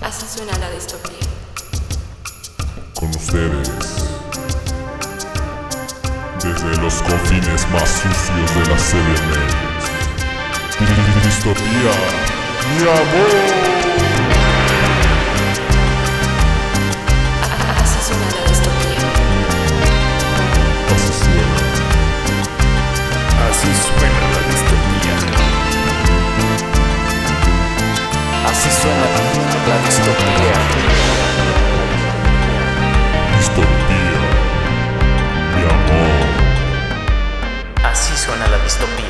Asociación a la Distopía. Con ustedes, desde los confines más sucios de la CDMX, Distopía, mi amor. Asociación a la Distopía. Asesina, Así suena la distopía. Así suena la distopía. distopía, mi amor. Así suena la distopía.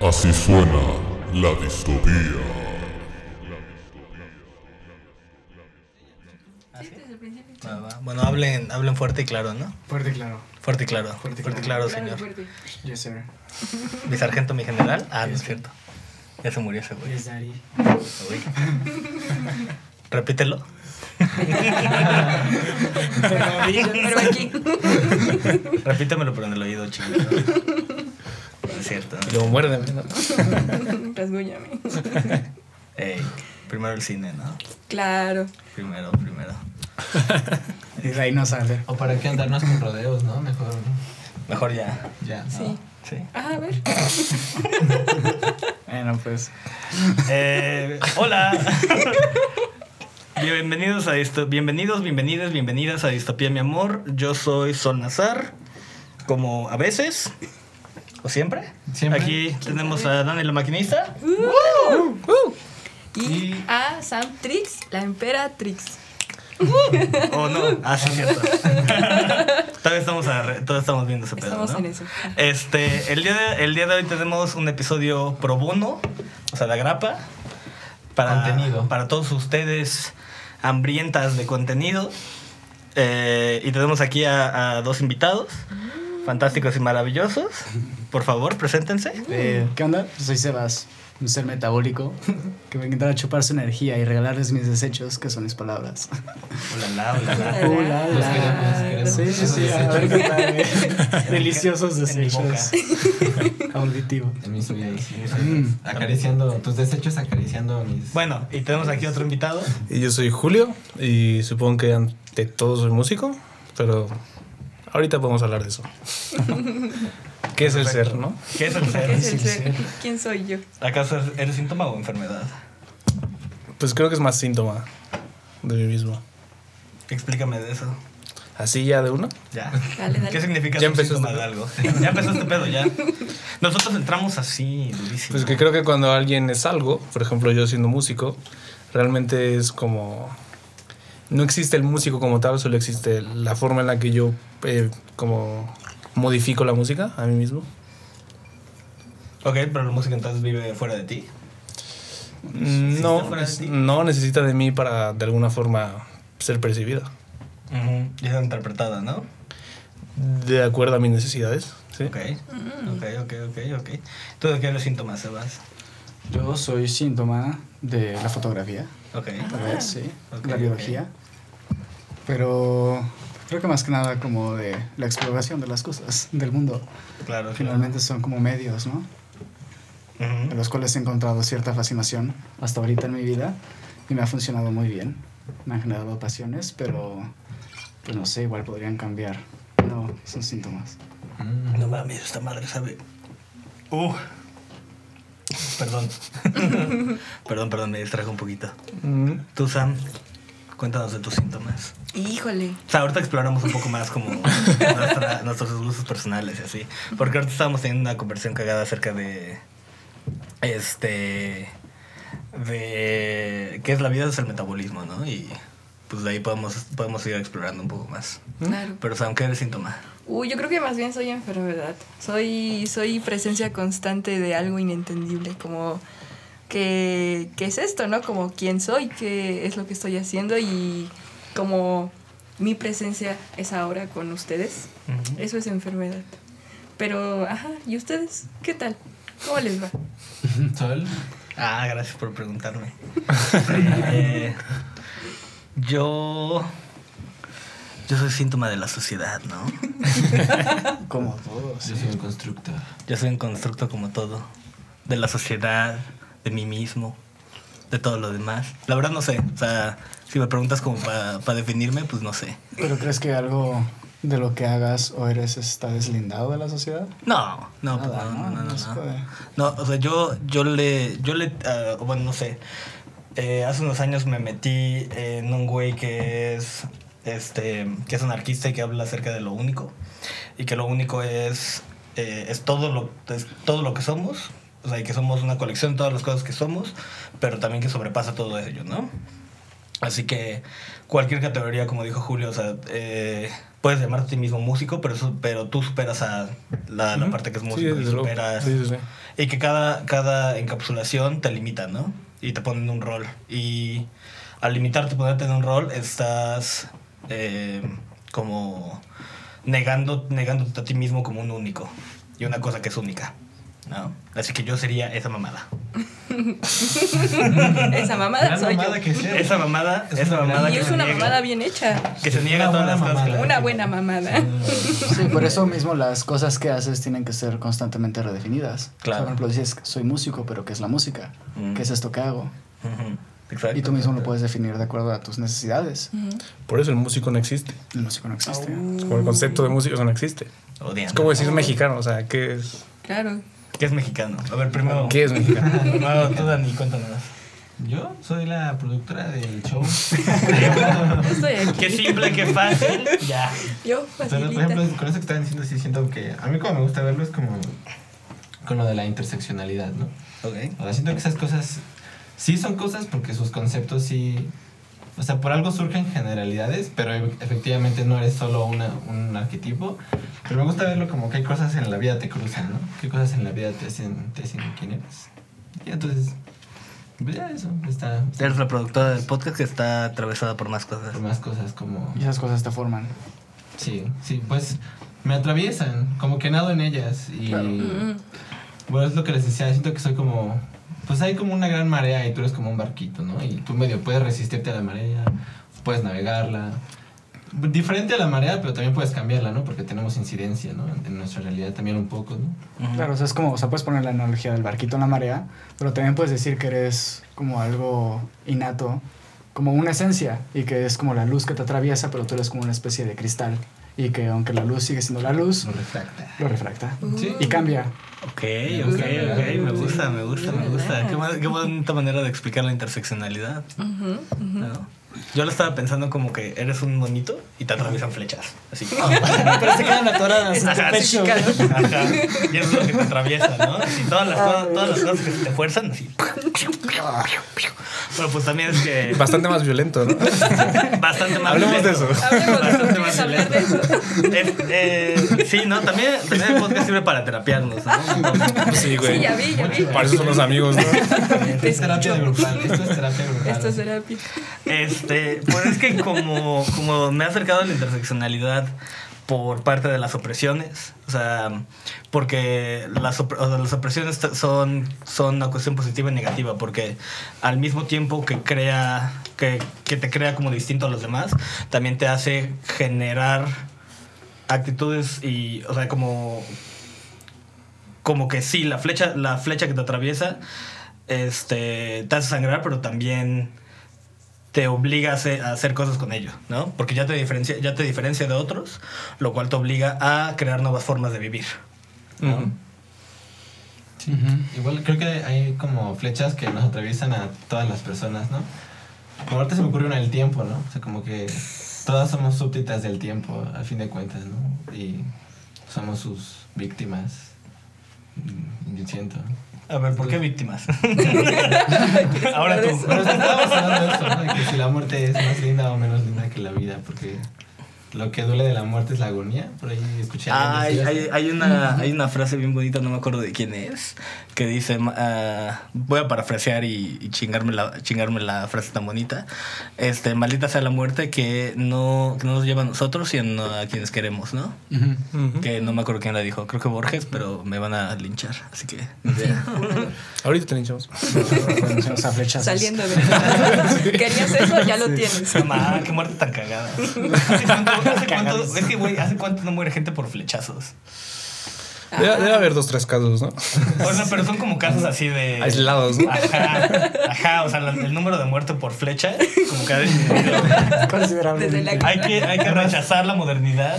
Así suena la distopía. Va, va. Bueno, hablen, hablen fuerte y claro, ¿no? Fuerte, claro. Fuerte y claro. Fuerte Fuerte, y y claro. claro, señor. Yes, sir. Mi sargento, mi general. Ah, no es cierto. Ya se murió ese güey. Yes, daddy. Repítelo. Pero aquí. Repítemelo, pero en el oído, chingado. No es cierto. ¿no? Lo muérdeme, ¿no? Rasguñame. Ey, primero el cine, ¿no? Claro. Primero, primero. Y de ahí no sale. O para qué andarnos con rodeos, ¿no? Mejor Mejor ya. ya. ¿no? Sí. Sí. Ah, a ver. Bueno, pues. Eh, hola. Bienvenidos a disto- bienvenidos, bienvenidas, bienvenidas a Distopía mi amor. Yo soy Sol Nazar, como a veces o siempre. Siempre. Aquí tenemos a Dani la maquinista. Y a Sam Trix, la emperatrix. O no, ah, sí, cierto. todavía estamos a- todavía estamos viendo ese pedo, Estamos ¿no? en eso. Este, el día, de, el día de hoy tenemos un episodio pro bono, o sea, la grapa, para, Contenido. para todos ustedes hambrientas de contenido. Eh, y tenemos aquí a, a dos invitados, Mm. fantásticos y maravillosos. Por favor, preséntense. Eh, ¿Qué onda? Yo soy Sebas, un ser metabólico que me encanta chupar su energía y regalarles mis desechos, que son mis palabras. Hola, hola, Hola, Los queremos, los queremos. Sí, sí, sí. A ver qué tal, eh. Deliciosos En mi desechos. Auditivo. En mis oídos. Mm. Acariciando, tus desechos acariciando mis. Bueno, y tenemos aquí otro invitado. Y yo soy Julio y supongo que ante todo soy músico, pero ahorita podemos hablar de eso. ¿Qué es el ser, no? ¿Qué es el ¿Qué es el ser? ser? ¿Quién soy yo? ¿Acaso eres síntoma o enfermedad? Pues creo que es más síntoma de mí mismo. Explícame de eso. ¿Así ya de uno? Ya. Dale, dale. ¿Qué significa Ya ser empezó síntoma este de algo? ya empezó este pedo, ya. Nosotros entramos así, durísimo. Pues que creo que cuando alguien es algo, por ejemplo yo siendo músico, realmente es como... No existe el músico como tal, solo existe la forma en la que yo eh, como modifico la música a mí mismo. Ok, pero la música entonces vive fuera de ti. ¿Existe Mm, No, fuera de ti? no necesita de mí para de alguna forma ser percibida. Y es interpretada, ¿no? De acuerdo a mis necesidades. ¿sí? Ok. Mm. Ok, ok, ok, ok. ¿Tú de qué eres síntoma, Sebas? Yo soy síntoma de la fotografía. Ok. Ah. Tal vez, sí. Ok, la ok. biología. Pero creo que más que nada como de la exploración de las cosas, del mundo. Claro, claro. Finalmente son como medios, ¿no? Ujú. En los cuales he encontrado cierta fascinación hasta ahorita en mi vida y me ha funcionado muy bien. Me han generado pasiones, pero pues no sé, igual podrían cambiar. No, son síntomas. Mm. No mames, esta madre sabe. Uh. Perdón. perdón, perdón, me distrajo un poquito. Mm, Tú, Sam, cuéntanos de tus síntomas. Híjole. O sea, ahorita exploramos un poco más como nuestra- nuestros gustos personales y así. Porque ahorita estábamos teniendo una conversación cagada acerca de. Este. De. ¿Qué es la vida? Es el metabolismo, ¿no? Y pues de ahí podemos, podemos ir explorando un poco más. Claro. Pero, Sam, ¿qué eres síntoma? Uy, yo creo que más bien soy enfermedad. Soy, soy presencia constante de algo inentendible, como que, ¿qué es esto, no? Como quién soy, qué es lo que estoy haciendo y como mi presencia es ahora con ustedes. Eso es enfermedad. Pero, ajá, ¿y ustedes? ¿Qué tal? ¿Cómo les va? Sol. Ah, gracias por preguntarme. Eh, yo. Yo soy síntoma de la sociedad, ¿no? Como todos. Yo soy un constructor. Yo soy un constructo como todo. de la sociedad, de mí mismo, de todo lo demás. La verdad no sé. O sea, si me preguntas como para definirme, pues no sé. ¿Pero crees que algo de lo que hagas o eres está deslindado de la sociedad? No, no, pues, Nada, no, no, ¿no? no, no, No se no. puede. No, o sea, yo, yo le, yo le, ah, bueno, no sé. Eh, hace unos años me metí en un güey que es, este, que es anarquista y que habla acerca de lo único y que lo único es, eh, es todo lo, es todo lo que somos, o sea, y que somos una colección de todas las cosas que somos, pero también que sobrepasa todo ello, ¿no? Así que cualquier categoría, como dijo Julio, o sea, eh, puedes llamarte a ti mismo músico, pero, eso- pero tú superas a la, la Ujú. parte Ah, que es Sí, músico y desde luego. superas... Sí, sí, sí. Y que cada, cada encapsulación te limita, ¿no? Y te ponen un rol. Y al limitarte, ponerte en un rol, estás eh, como negando, negándote a ti mismo como un único. Y una cosa que es única, ¿no? Así que yo sería esa mamada. Esa mamada Gran soy yo. mamada que sea. Esa mamada, Es esa una mamada gran- Y que es se una niega. mamada bien hecha. Que se niega a todas Una las buena cosas. que- mamada. Una buena mamada. Sí, por eso mismo las cosas que haces tienen que ser constantemente redefinidas. Claro. por ejemplo, dices, soy músico, pero ¿qué es la música? Mm. ¿Qué es esto que hago? Ujú, Exacto. Y tú mismo lo puedes definir de acuerdo a tus necesidades. Por eso el músico no existe. El músico no existe. Es como el concepto de músico no existe. Odiando. Es como decir mexicano, o sea, ¿qué es, Claro. ¿Qué es mexicano? A ver, primero. qué es mexicano? Primero tú, Dani, cuéntanos. Yo soy la productora del show. Yo estoy aquí. Qué simple, qué fácil. Ya. Yo, Pero, por facilita. ejemplo, con eso que estaban diciendo, sí siento que a mí como me gusta verlo es como con lo de la interseccionalidad, ¿no? Ok. O sea, siento que esas cosas sí son cosas porque sus conceptos sí... O sea, por algo surgen generalidades, pero e- efectivamente no eres solo una- un arquetipo. Pero me gusta verlo como que hay cosas en la vida te cruzan, ¿no? Qué cosas en la vida te hacen, te hacen quién eres. Y entonces, pues ya eso, está... está Eres la productora del podcast que está atravesada por más cosas. por más cosas como... Y esas cosas te forman. Sí, sí, pues me atraviesan, como que nado en ellas. Y Mm, bueno, es lo que les decía, siento que soy como, pues hay como una gran marea y tú eres como un barquito, ¿no? Y tú medio puedes resistirte a la marea, puedes navegarla. Diferente a la marea, pero también puedes cambiarla, ¿no? Porque tenemos incidencia, ¿no? En nuestra realidad también un poco, ¿no? Ujú. Claro, o sea, es como, o sea, puedes poner la analogía del barquito en la marea, pero también puedes decir que eres como algo innato, como una esencia, y que es como la luz que te atraviesa, pero tú eres como una especie de cristal, y que aunque la luz sigue siendo la luz, Lo refracta. lo refracta. Sí. Y cambia. Ok, ok, ok. Me gusta, me gusta, me gusta. Qué, ma- qué bonita manera de explicar la interseccionalidad. ujú, ujú. ¿no? Yo lo estaba pensando como que eres un monito y te atraviesan flechas. Así. Pero se quedan atoradas en tu pecho. Ajá. Y eso es lo que te atraviesa, ¿no? Así, todas, Ah, las cosas, todas las cosas que se te fuerzan, así. Bueno, pues también es que Bastante más violento, ¿no? bastante más Hablemos de violento. eso. Hablemos de eso, Bastante ¿quieres más hablar violento. Eh, eh, sí, no, también, también el podcast sirve para terapiarnos, ¿no? Sí, Sí, güey. ya vi, ya vi. Para eso son los amigos, ¿no? Es terapia grupal, esto es terapia grupal. Esto es terapia. Este, pues es que como, como me ha acercado a la interseccionalidad por parte de las opresiones, o sea, porque las, op- o sea, las opresiones t- son, son una cuestión positiva y negativa, porque al mismo tiempo que crea, que, que te crea como distinto a los demás, también te hace generar actitudes y, o sea, como, como que sí, la flecha, la flecha que te atraviesa, este, te hace sangrar, pero también te obliga a hacer, a hacer cosas con ello, ¿no? Porque ya te, diferencia, ya te diferencia de otros, lo cual te obliga a crear nuevas formas de vivir. Ujú. Sí. Igual creo que hay como flechas que nos atraviesan a todas las personas, ¿no? Como ahorita se me ocurre una del tiempo, ¿no? O sea, como que todas somos súbditas del tiempo, al fin de cuentas, ¿no? Y somos sus víctimas. Mm, Yo siento. A ver, ¿por qué víctimas? Ahora tú. Bueno, o sea, estábamos hablando de eso, ¿no? De que si la muerte es más linda o menos linda que la vida, porque lo que duele de la muerte es la agonía. Por ahí escuché a alguien Hay, decir hay, eso. hay una, hay una frase bien bonita, no me acuerdo de quién es, que dice, ma- ah, voy a parafrasear y, y chingarme, la, chingarme la frase tan bonita, este, maldita sea la muerte que no, que no nos lleva a nosotros y a, no- a quienes queremos, ¿no? Ujú. Que no me acuerdo quién la dijo, creo que Borges, pero me van a linchar, así que... Ahorita te linchamos. Ah. Bueno, se nos da flechazos. Saliendo de. ¿Querías eso? Ya lo tienes. Mamá, qué muerte tan cagada. ¿Hace cuánto, hace cuánto- es que, güey, ¿hace cuánto no muere gente por flechazos? Debe, debe haber dos, tres casos, ¿no? O sea, pero son como casos así de. Aislados, Ah. ¿no? Ajá, ajá, o sea, la- el número de muerte por flecha, como que ha disminuido. Desde la- Considerablemente. Hay que, hay que rechazar la modernidad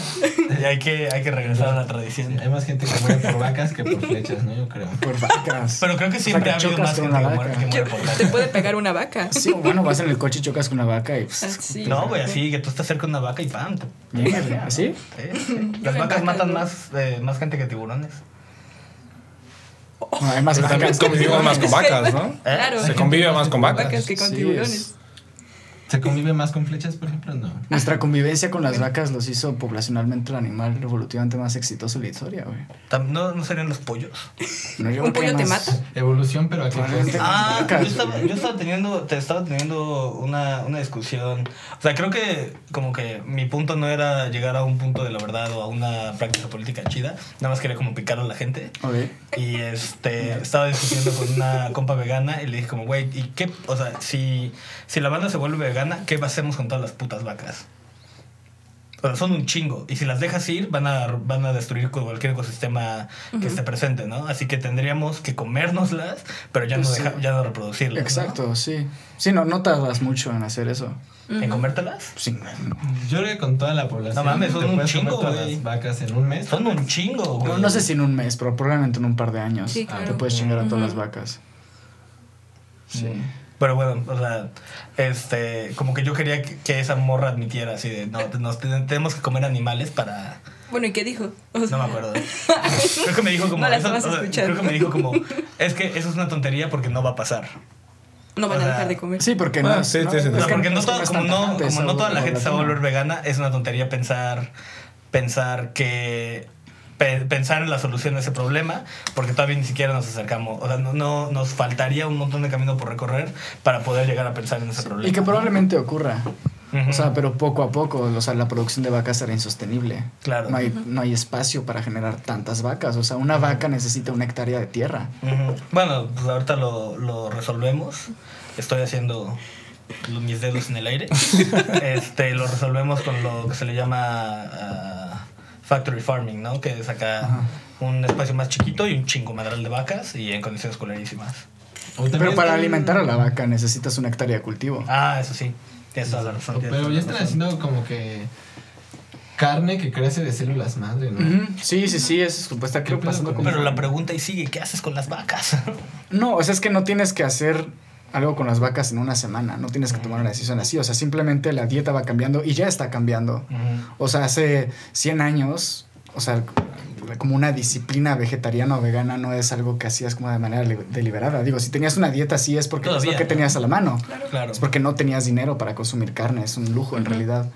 y hay que, hay que regresar a la tradición. Hay más gente que muere por vacas que por flechas, ¿no? Yo creo. Por vacas. Pero creo que siempre que ha habido más chocas con gente que una muere, vaca. que muere Yo- por te vaca. puede pegar una vaca. Sí, o bueno, vas en el coche y chocas con una vaca y pues. Así. No, güey, así que tú estás cerca de una vaca y pam. te- mierda, ¿Así? sí, sí. Las Yo vacas en matan vacas, ¿no? más, eh, más gente que tiburones. No, hay más Pero también vacas. convivimos más con vacas, ¿no? Claro. Se convive más con vacas. Vacas que con Sí, tiburones. es- ¿Se convive más con flechas, por ejemplo? No. Nuestra convivencia con las vacas los hizo poblacionalmente el animal evolutivamente más exitoso de la historia, güey. Tam- ¿No, ¿No serían los pollos? No, yo ¿Un creo que pollo te más- mata? Evolución, pero aquí Probablemente. Ah, yo Vacas, estaba, güey. yo estaba teniendo, te estaba teniendo una, una discusión. O sea, creo que como que mi punto no era llegar a un punto de la verdad o a una práctica política chida. Nada más quería como picar a la gente. Ok. Y este, estaba discutiendo con una compa vegana y le dije como, güey, ¿y qué? O sea, si, si la banda se vuelve vegana, ¿qué hacemos con todas las putas vacas? O sea, son un chingo. Y si las dejas ir, van a, van a destruir co- cualquier ecosistema que esté presente, ¿no? Así que tendríamos que comérnoslas, pero ya, Pues no, sí. deja- ya no reproducirlas. ¿no? Exacto, sí. Sí, no, no tardas mucho en hacer eso. ¿En comértelas? Sí, Yo creo que con toda la población. No mames, son te un puedes comer chingo, todas güey. las vacas en un mes. Son un chingo, güey. no, no sé si en un mes, pero probablemente en un par de años. Sí, claro. Te puedes chingar a todas Ujú. las vacas. Sí. Pero bueno, o sea, este, como que yo quería que, que esa morra admitiera así de, no, te- nos, te- tenemos que comer animales para... Bueno, ¿y qué dijo? O No sea, me acuerdo. Creo que me dijo como. No las eso- vas a o sea, escuchar. Creo que me dijo como. Es que eso es una tontería porque no va a pasar. No van O a sea, dejar de comer. Sí, porque Ah, no. sí, no, tiene es sentido. O sea, que- porque es no que todo- es como, tan no, tajante, como es no algo toda la gente se va a volver paulatino. vegana, es una tontería pensar, pensar que pe- pensar en la solución a ese problema porque todavía ni siquiera nos acercamos o sea no, no- nos faltaría un montón de camino por recorrer para poder llegar a pensar en ese problema Y que probablemente ocurra. Ujú. O sea, pero poco a poco, o sea, la producción de vacas será insostenible. Claro. No hay, no hay espacio para generar tantas vacas. O sea, una vaca necesita una hectárea de tierra. Ujú. Bueno, pues ahorita lo, lo resolvemos. Estoy haciendo lo- mis dedos en el aire. este, lo resolvemos con lo que se le llama ah, factory farming, ¿no? Que es acá un espacio más chiquito y un chingo madral de vacas y en condiciones culerísimas. O también Pero para están- alimentar a la vaca necesitas una hectárea de cultivo. Ah, eso sí. Tienes toda la razón. o- tienes Pero toda ya la están razón. haciendo como que. Carne que crece de células madre, ¿no? Ujú. Sí, sí, sí, es supuesta que ¿Qué pedo pasando con con Pero la pregunta y sigue, ¿qué haces con las vacas? No, o sea, es que no tienes que hacer algo con las vacas en una semana, no tienes que tomar una decisión así, o sea, simplemente la dieta va cambiando y ya está cambiando. O sea, hace 100 años, o sea, como una disciplina vegetariana o vegana no es algo que hacías como de manera li- deliberada. Digo, si tenías una dieta así es porque es Todavía, lo que ¿no? tenías a la mano. Claro. Es porque no tenías dinero para consumir carne, es un lujo en realidad.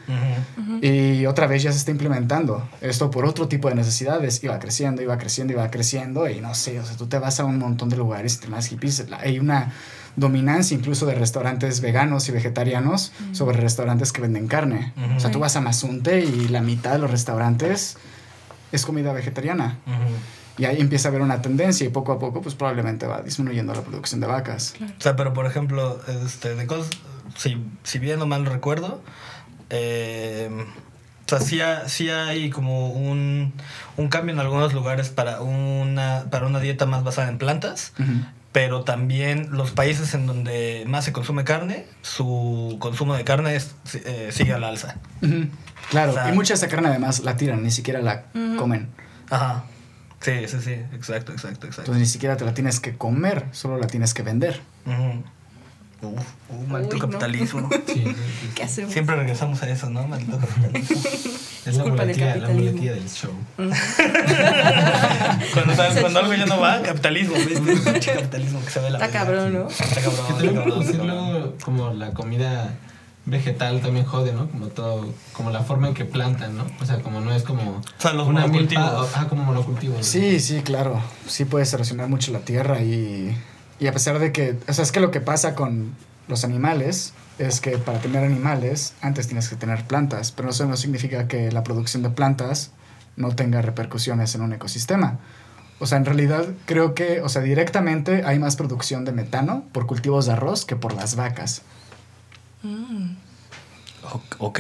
Ujú. Y otra vez ya se está implementando esto por otro tipo de necesidades. Iba creciendo, iba creciendo, iba creciendo. Y no sé, o sea, tú te vas a un montón de lugares y te más hippies. La- Hay una dominancia incluso de restaurantes veganos y vegetarianos sobre restaurantes que venden carne. O sea, tú vas a Mazunte y la mitad de los restaurantes es comida vegetariana. Ujú. Y ahí empieza a haber una tendencia y poco a poco pues probablemente va disminuyendo la producción de vacas. O sea, pero por ejemplo, este, de cosas, si, si bien no mal recuerdo, eh, o sea, sí, ha- sí hay como un, un cambio en algunos lugares para una, para una dieta más basada en plantas, Ujú. pero también los países en donde más se consume carne, su consumo de carne es, eh, sigue al alza. Ujú. Claro, O sea- y mucha de esa carne además la tiran, ni siquiera la comen. Ajá. Sí, sí, sí, exacto, exacto, exacto. Entonces ni siquiera te la tienes que comer, solo la tienes que vender. Ujú. Uf, uh, maldito Uy, no. capitalismo. Sí, sí, sí. ¿Qué hacemos? Siempre regresamos a eso, ¿no? Maldito capitalismo. Es la culpa del muletilla, la capitalismo. muletilla del show. Cuando, sabes- cuando algo ya no va, capitalismo. ¿ves? Ves, pinche capitalismo que se ve la Está verga cabrón, aquí. ¿no? Está cabrón. Que está también cabrón, producir está cabrón. luego como la comida vegetal también jode, ¿no? Como todo, como la forma en que plantan, ¿no? O sea, como no es como O sea, los una monocultivos. milpa, o- ah, como monocultivo. ¿no? Sí, sí, claro. Sí puedes erosionar mucho la tierra y, y a pesar de que, o sea, es que lo que pasa con los animales es que para tener animales antes tienes que tener plantas, pero eso no significa que la producción de plantas no tenga repercusiones en un ecosistema. O sea, en realidad creo que, o sea, directamente hay más producción de metano por cultivos de arroz que por las vacas. O- Ok,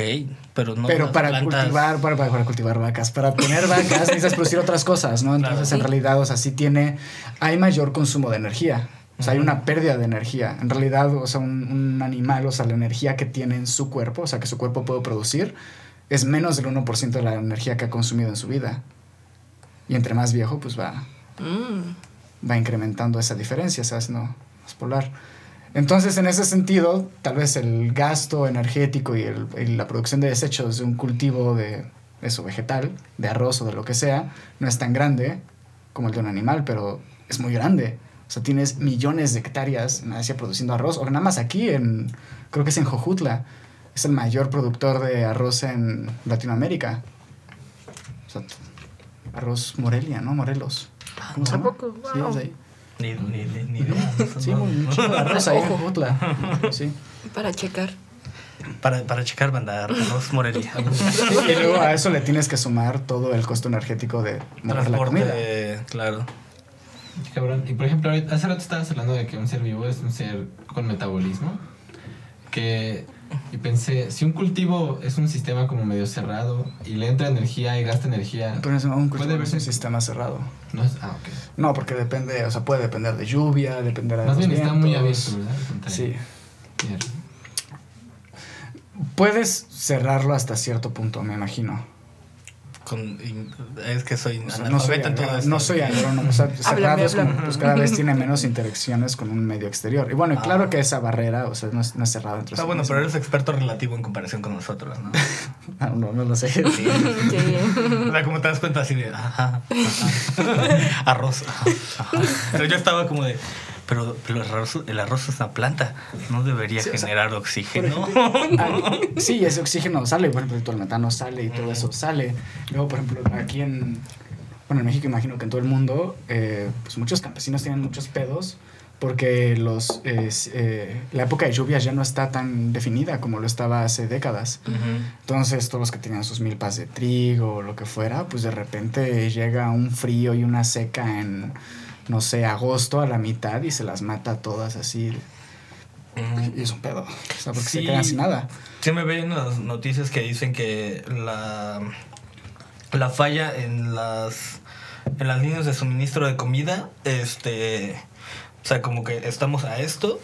pero no. pero las para plantas- cultivar, para, para- para cultivar vacas, para tener vacas necesitas producir otras cosas, ¿no? Entonces, en realidad, o sea, sí tiene, hay mayor consumo de energía. O sea, hay una pérdida de energía. En realidad, o sea, un, un animal, o sea, la energía que tiene en su cuerpo, o sea, que su cuerpo puede producir, es menos del 1% de la energía que ha consumido en su vida. Y entre más viejo, pues va, Mm. va incrementando esa diferencia, ¿sabes? No, es polar. Entonces, en ese sentido, tal vez el gasto energético y, el- y la producción de desechos de un cultivo de eso vegetal, de arroz o de lo que sea, no es tan grande como el de un animal, pero es muy grande. O sea, tienes millones de hectáreas en Asia produciendo arroz, o nada más aquí, en, creo que es en Jojutla, es el mayor productor de arroz en Latinoamérica. O sea, t- arroz Morelia, ¿no? Morelos. ¿Cómo se llama? Ah, Tampoco, Sí, wow. es ahí. Ni, ni, ni, ni idea. Sí, un chico de arroz ahí en Jojutla. Sí. Para checar. Para, para checar, banda Arroz Morelia. Y luego a eso le tienes que sumar todo el costo energético de mover la comida. Transporte, claro. Cabrón, y por ejemplo, ahorita- hace rato estabas hablando de que un ser vivo es un ser con metabolismo. Que, y pensé, si un cultivo es un sistema como medio cerrado y le entra energía y gasta energía, Pero es un cultivo Puede no es un verse- sistema cerrado. no es. Ah, ok. No, porque depende, o sea, puede depender de lluvia, dependerá de Más los bien está muy vientos. abierto, ¿verdad? Al contrario. Sí. Bien. Puedes cerrarlo hasta cierto punto, me imagino. Con, y- es que soy O sea, analfabeta no soy, en todo agrónomo, esto. no soy agrónomo, o sea, cerrado es como, háblame. pues cada vez tiene menos interacciones con un medio exterior. Y bueno, y Ah. claro que esa barrera, o sea, no es, no es cerrada entre Está sí Ah, bueno, misma. pero eres experto relativo en comparación con nosotros, ¿no? Ah, No, no lo sé. Sí. Ok. O sea, como te das cuenta así de, ajá, ajá, arroz. ajá, ajá. Pero yo estaba como de, pero, pero el, arroz, el arroz es una planta, no debería Sí, o sea, generar oxígeno. Ah, sí, y ese oxígeno sale, por ejemplo, todo el metano sale y todo eso sale. Luego, por ejemplo, aquí en, bueno, en México imagino que en todo el mundo, eh, pues muchos campesinos tienen muchos pedos porque los, eh, s- eh, la época de lluvias ya no está tan definida como lo estaba hace décadas. Entonces, todos los que tenían sus milpas de trigo o lo que fuera, pues de repente llega un frío y una seca en, no sé, agosto a la mitad y se las mata todas así. Ujú. Y es un pedo. O sea, porque se Sí. quedan sin nada. Sí me ven las noticias que dicen que la, la falla en las, en las líneas de suministro de comida, este, o sea, como que estamos a esto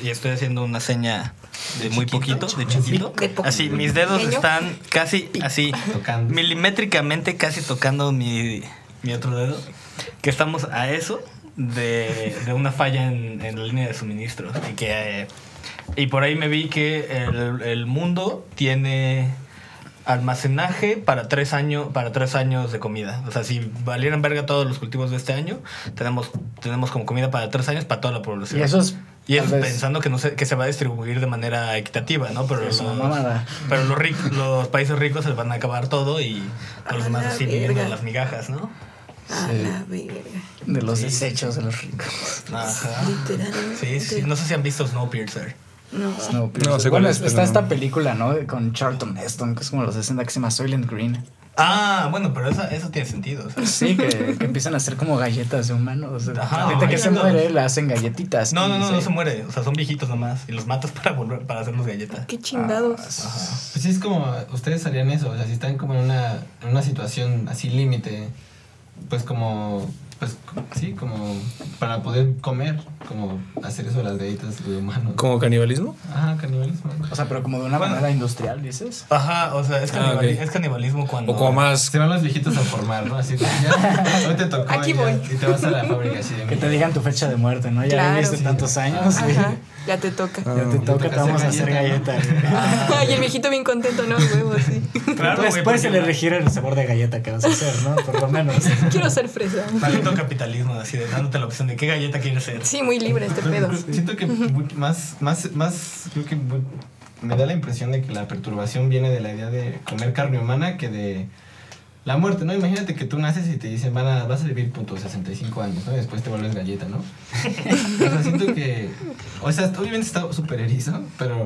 y estoy haciendo una seña de, muy poquito, de chiquito. De poquito. Así, mis dedos Pequeño. están casi así, Tocando. milimétricamente casi tocando mi, mi otro dedo, que estamos a eso de, de una falla en, en la línea de suministro y que... eh, y por ahí me vi que el, el mundo tiene almacenaje para tres, años para tres años de comida. O sea, si valieran verga todos los cultivos de este año, tenemos, tenemos como comida para tres años para toda la población. Y eso es. Y tal eso vez, pensando que, no se, que se va a distribuir de manera equitativa, ¿no? Pero, Es una los, mamada. pero los, ric- los países ricos se les van a acabar todo y todos los A demás la así viviendo verga. de las migajas, ¿no? A la verga. De los Sí. desechos de los ricos. Ajá. Literalmente. Sí, sí. No sé si han visto Snowpiercer. No. No, No, sé cuál bueno, es, pero está no. esta película, ¿no? De- Con Charlton Heston, que es como los 60, que se llama Soylent Green. Ah, bueno, pero eso, eso tiene sentido. o sea. Sí, que, que empiezan a hacer como galletas de humanos. Ajá, Ahorita que se galletas. muere, le hacen galletitas. No, no, no, no Sí. se muere. O sea, son viejitos nomás. Y los matas para volver, para hacernos galletas. Qué chingados. Pues sí, es como, ustedes harían eso, o sea, si están como en una, en una situación así límite, pues como, pues sí, como para poder comer, como hacer eso de las galletas de humano. ¿Como canibalismo? Ajá, canibalismo. O sea, pero como de una Bueno. manera industrial, dices. Ajá, o sea, es, Ah, canibali- ok. es canibalismo cuando. O como más... Se van los viejitos a formar, ¿no? Así, ya, hoy te tocó Aquí ya, voy. y te vas a la fábrica así de Que te mira, digan tu fecha de muerte, ¿no? Ya Claro. viviste tantos años. güey. Ajá, ya te toca. Ya te toca, te vamos a hacer galleta, galletas. güey. Ay, el viejito bien contento, ¿no? Huevo, sí. Claro, Entonces, güey, puedes porque- elegir el sabor de galleta que vas a hacer, ¿no? Por lo menos. Quiero ser fresa. Maldito capitalismo, así de dándote la opción de qué galleta quieres ser. Sí, muy libre este pedo. Pero creo- Siento que mu- más, más, más, creo que mu- me da la impresión de que la perturbación viene de la idea de comer carne humana que de la muerte, ¿no? Imagínate que tú naces y te dicen, van a, vas a vivir punto 65 años, ¿no? Y después te vuelves galleta, ¿no? O sea, siento que, o sea, obviamente está súper erizo, pero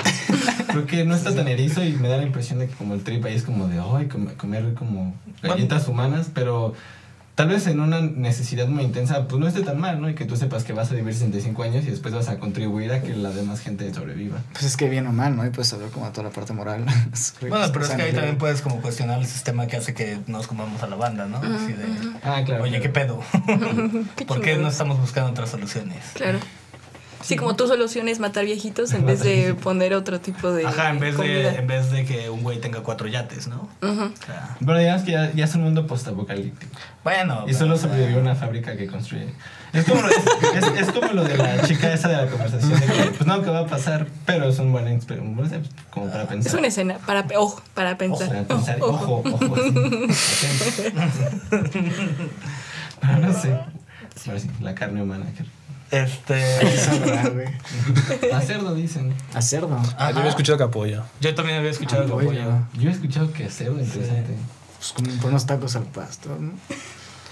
creo que no está tan erizo y me da la impresión de que como el trip ahí es como de, ay, com- comer como galletas humanas, pero... tal vez en una necesidad muy intensa, pues no esté tan mal, ¿no? Y que tú sepas que vas a vivir 65 años y después vas a contribuir a que la demás gente sobreviva. Pues es que bien o mal, ¿no? Y pues hablar como toda la parte moral. sobre Bueno, pero es que ahí sanidad. también puedes como cuestionar el sistema que hace que nos comamos a la banda, ¿no? Así de, Ah, claro. Oye, ¿qué claro. pedo? Qué ¿Por qué chingón. no estamos buscando otras soluciones? Claro. Sí, como tu solución es matar viejitos en vez de poner otro tipo de. Ajá, en vez, de, comida. en vez de que un güey tenga cuatro yates, ¿no? Ujú. O sea, Pero digamos que ya, ya es un mundo postapocalíptico. bueno. Y solo pero- sobrevivió una fábrica que construye. Es como, es, es- es como lo de la chica esa de la conversación. de que, pues no, que va a pasar, pero es un buen experimento. Como para Es pensar. una escena para, pe- ojo, para pensar. Para pensar, Ojo, ojo, ojo. sí. Pero no sé. Ahora sí, la carne humana. que- Este. Sabrá, güey. A cerdo dicen. A cerdo. Ah, yo había escuchado Capoya. Yo también había escuchado Ah, algo pollo. pollo. Yo he escuchado que a cerdo, interesante. Pues como por unos tacos al pasto, ¿no?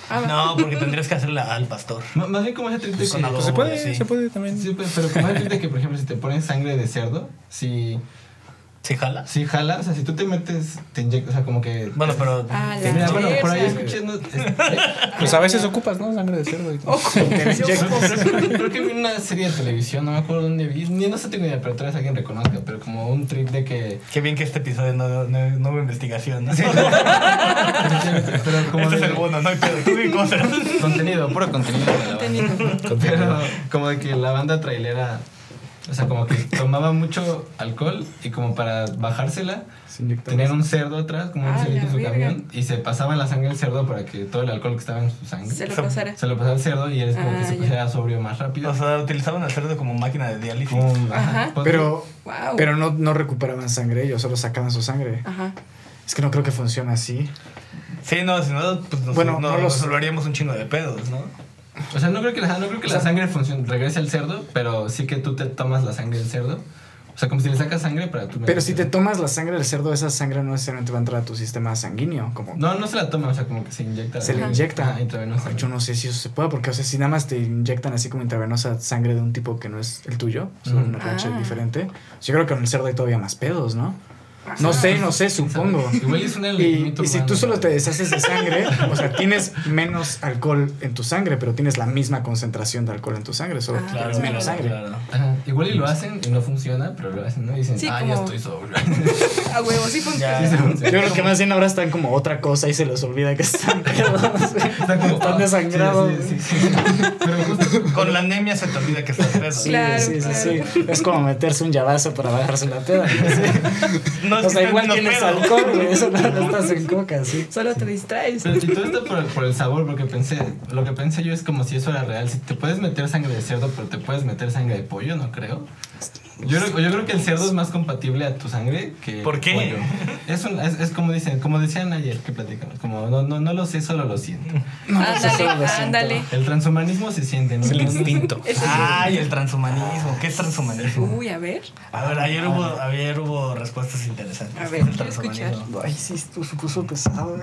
Ah, No, porque tendrías que hacerla al pastor. M- Más bien como ese triste Pues que... con adobo. Se puede, Sí. se puede también. Sí, pues, pero pero como ese trip de que, por ejemplo, si te ponen sangre de cerdo, si, ¿Sí jalas? si jala, o sea, si tú te metes, te inyectas, o sea, como que... Bueno, pero. Ah, la Mira, bueno, por ahí verga. escuché... No, es- eh, Pues a veces ocupas, ¿no? Sangre de cerdo y todo. Creo que vi una serie de televisión, no me acuerdo dónde vi, ni no sé tengo idea, pero tal vez alguien reconozca, pero como un trip de que... Qué bien que este episodio no, no, no hubo investigación. ¿no? Pero como este es de- el bueno, no hay pedo. Tú di cosas. Contenido, puro contenido. de la banda. Pero como de que la banda trailera, o sea, como que tomaba mucho alcohol y como para bajársela, Se inyectaba tenían un cerdo atrás, como un Ah, cerdito la en su verga. camión, y se pasaba la sangre del cerdo para que todo el alcohol que estaba en su sangre Se se, lo pasará. lo pasaba al cerdo y eres como Ah, que se ya. pusiera sobrio más rápido. O sea, utilizaban al cerdo como máquina de diálisis. Como un- Ajá. ajá, ponte- Pero, Wow. pero no, no recuperaban sangre ellos, solo sacaban su sangre. Ajá. Es que no creo que funcione así. Sí, no, si no, pues nos, Bueno, nos no los- resolveríamos un chingo de pedos, Ah, ¿no? O sea, no creo que la, no creo que la sangre funcione, regrese al cerdo, pero sí que tú te tomas la sangre del cerdo. O sea, como si le sacas sangre para tú... Pero si te tomas la sangre del cerdo, esa sangre no necesariamente va a entrar a tu sistema sanguíneo. Como No, no se la toma, o sea, como que se inyecta. se le inyecta. Ajá, intravenosa. Yo no sé si eso se puede, porque, o sea, si nada más te inyectan así como intravenosa sangre de un tipo que no es el tuyo, o sea, Ujú. una rancha Ah. diferente, yo creo que con el cerdo hay todavía más pedos, ¿no? No sé, no sé, supongo. Igual es Y, una elemento y si humano, tú solo te ¿sabes? deshaces de sangre, o sea, tienes menos alcohol en tu sangre, pero tienes la misma concentración de alcohol en tu sangre, solo que tienes menos sangre. Ajá, Igual y lo hacen y no funciona, pero lo hacen, ¿no? Y dicen, Sí, ah, como- ya estoy sobrio. A Ah, huevo, sí funciona. Ya. Yo creo que más bien ahora están como otra cosa y se les olvida que están pedos. Está como, Están ah, desangrados. Sí, sí, sí, sí. Pero justo, Con la anemia se te olvida que estás pedo. Sí, Claro, sí, sí, sí. claro. Es como meterse un llavazo para bajarse la peda. ¿no? Sí. No, es o sea, que igual no tienes pedo. alcohol, güey. Eso no, no estás en coca, sí. Solo te distraes. pero si todo esto por, por el sabor, porque pensé, lo que pensé yo es como si eso era real. Si te puedes meter sangre de cerdo, pero te puedes meter sangre de pollo, no creo. Yo, creo- yo creo que el cerdo es más compatible a tu sangre que ¿Por qué? pollo. Es, un- es, es como dicen, como decían ayer que platicamos, como no, no, no lo sé, solo lo siento. eso solo Ándale, lo siento. ándale. El transhumanismo se siente, ¿no? Es el No, no- instinto. Ay, el transhumanismo. ¿Qué es transhumanismo? Uy, a ver. A ver, ayer hubo, ayer hubo respuestas interesantes. A ¿Qué ver, es el quiero escuchar. transhumanismo? Ay, sí, esto se puso pesado. ¿eh?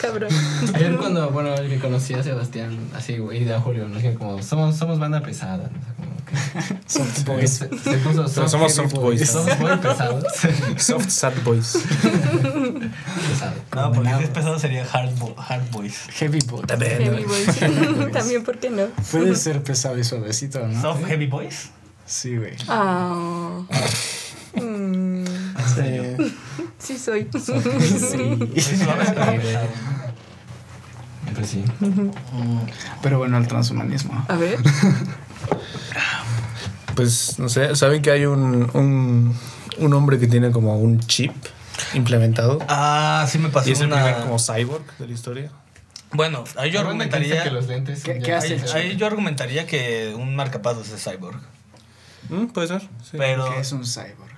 Cabrón. Ayer cuando, bueno, el que conocí a Sebastián, así, güey, de a Julio, nos dijeron como, somos, somos banda pesada, ¿no? O sea, como que- Soft boys. se, se puso soft, Somos soft boys. Somos muy pesados. Soft sad boys. Pesado. No, porque si es pesado sería hard, bo- hard boys. Heavy boy. Heavy boys. También, ¿por qué no? Puede ser pesado y suavecito, ¿no? ¿Soft heavy boys? Sí, güey. Ah. Mm, Sí. sí soy. Soy suave, pero pesado. Pero sí. Pero bueno, el transhumanismo. A ver. Pues no sé, ¿saben que hay un, un, un hombre que tiene como un chip implementado? Ah, sí me pasó Y es el una... primer como cyborg de la historia. Bueno, ahí yo Bueno, que argumentaría... dice que los lentes... ¿Qué- ya- qué hace? Ahí, ahí yo argumentaría que un marcapasos es cyborg. Mm, Puede ser. Sí. Pero... Que es un cyborg.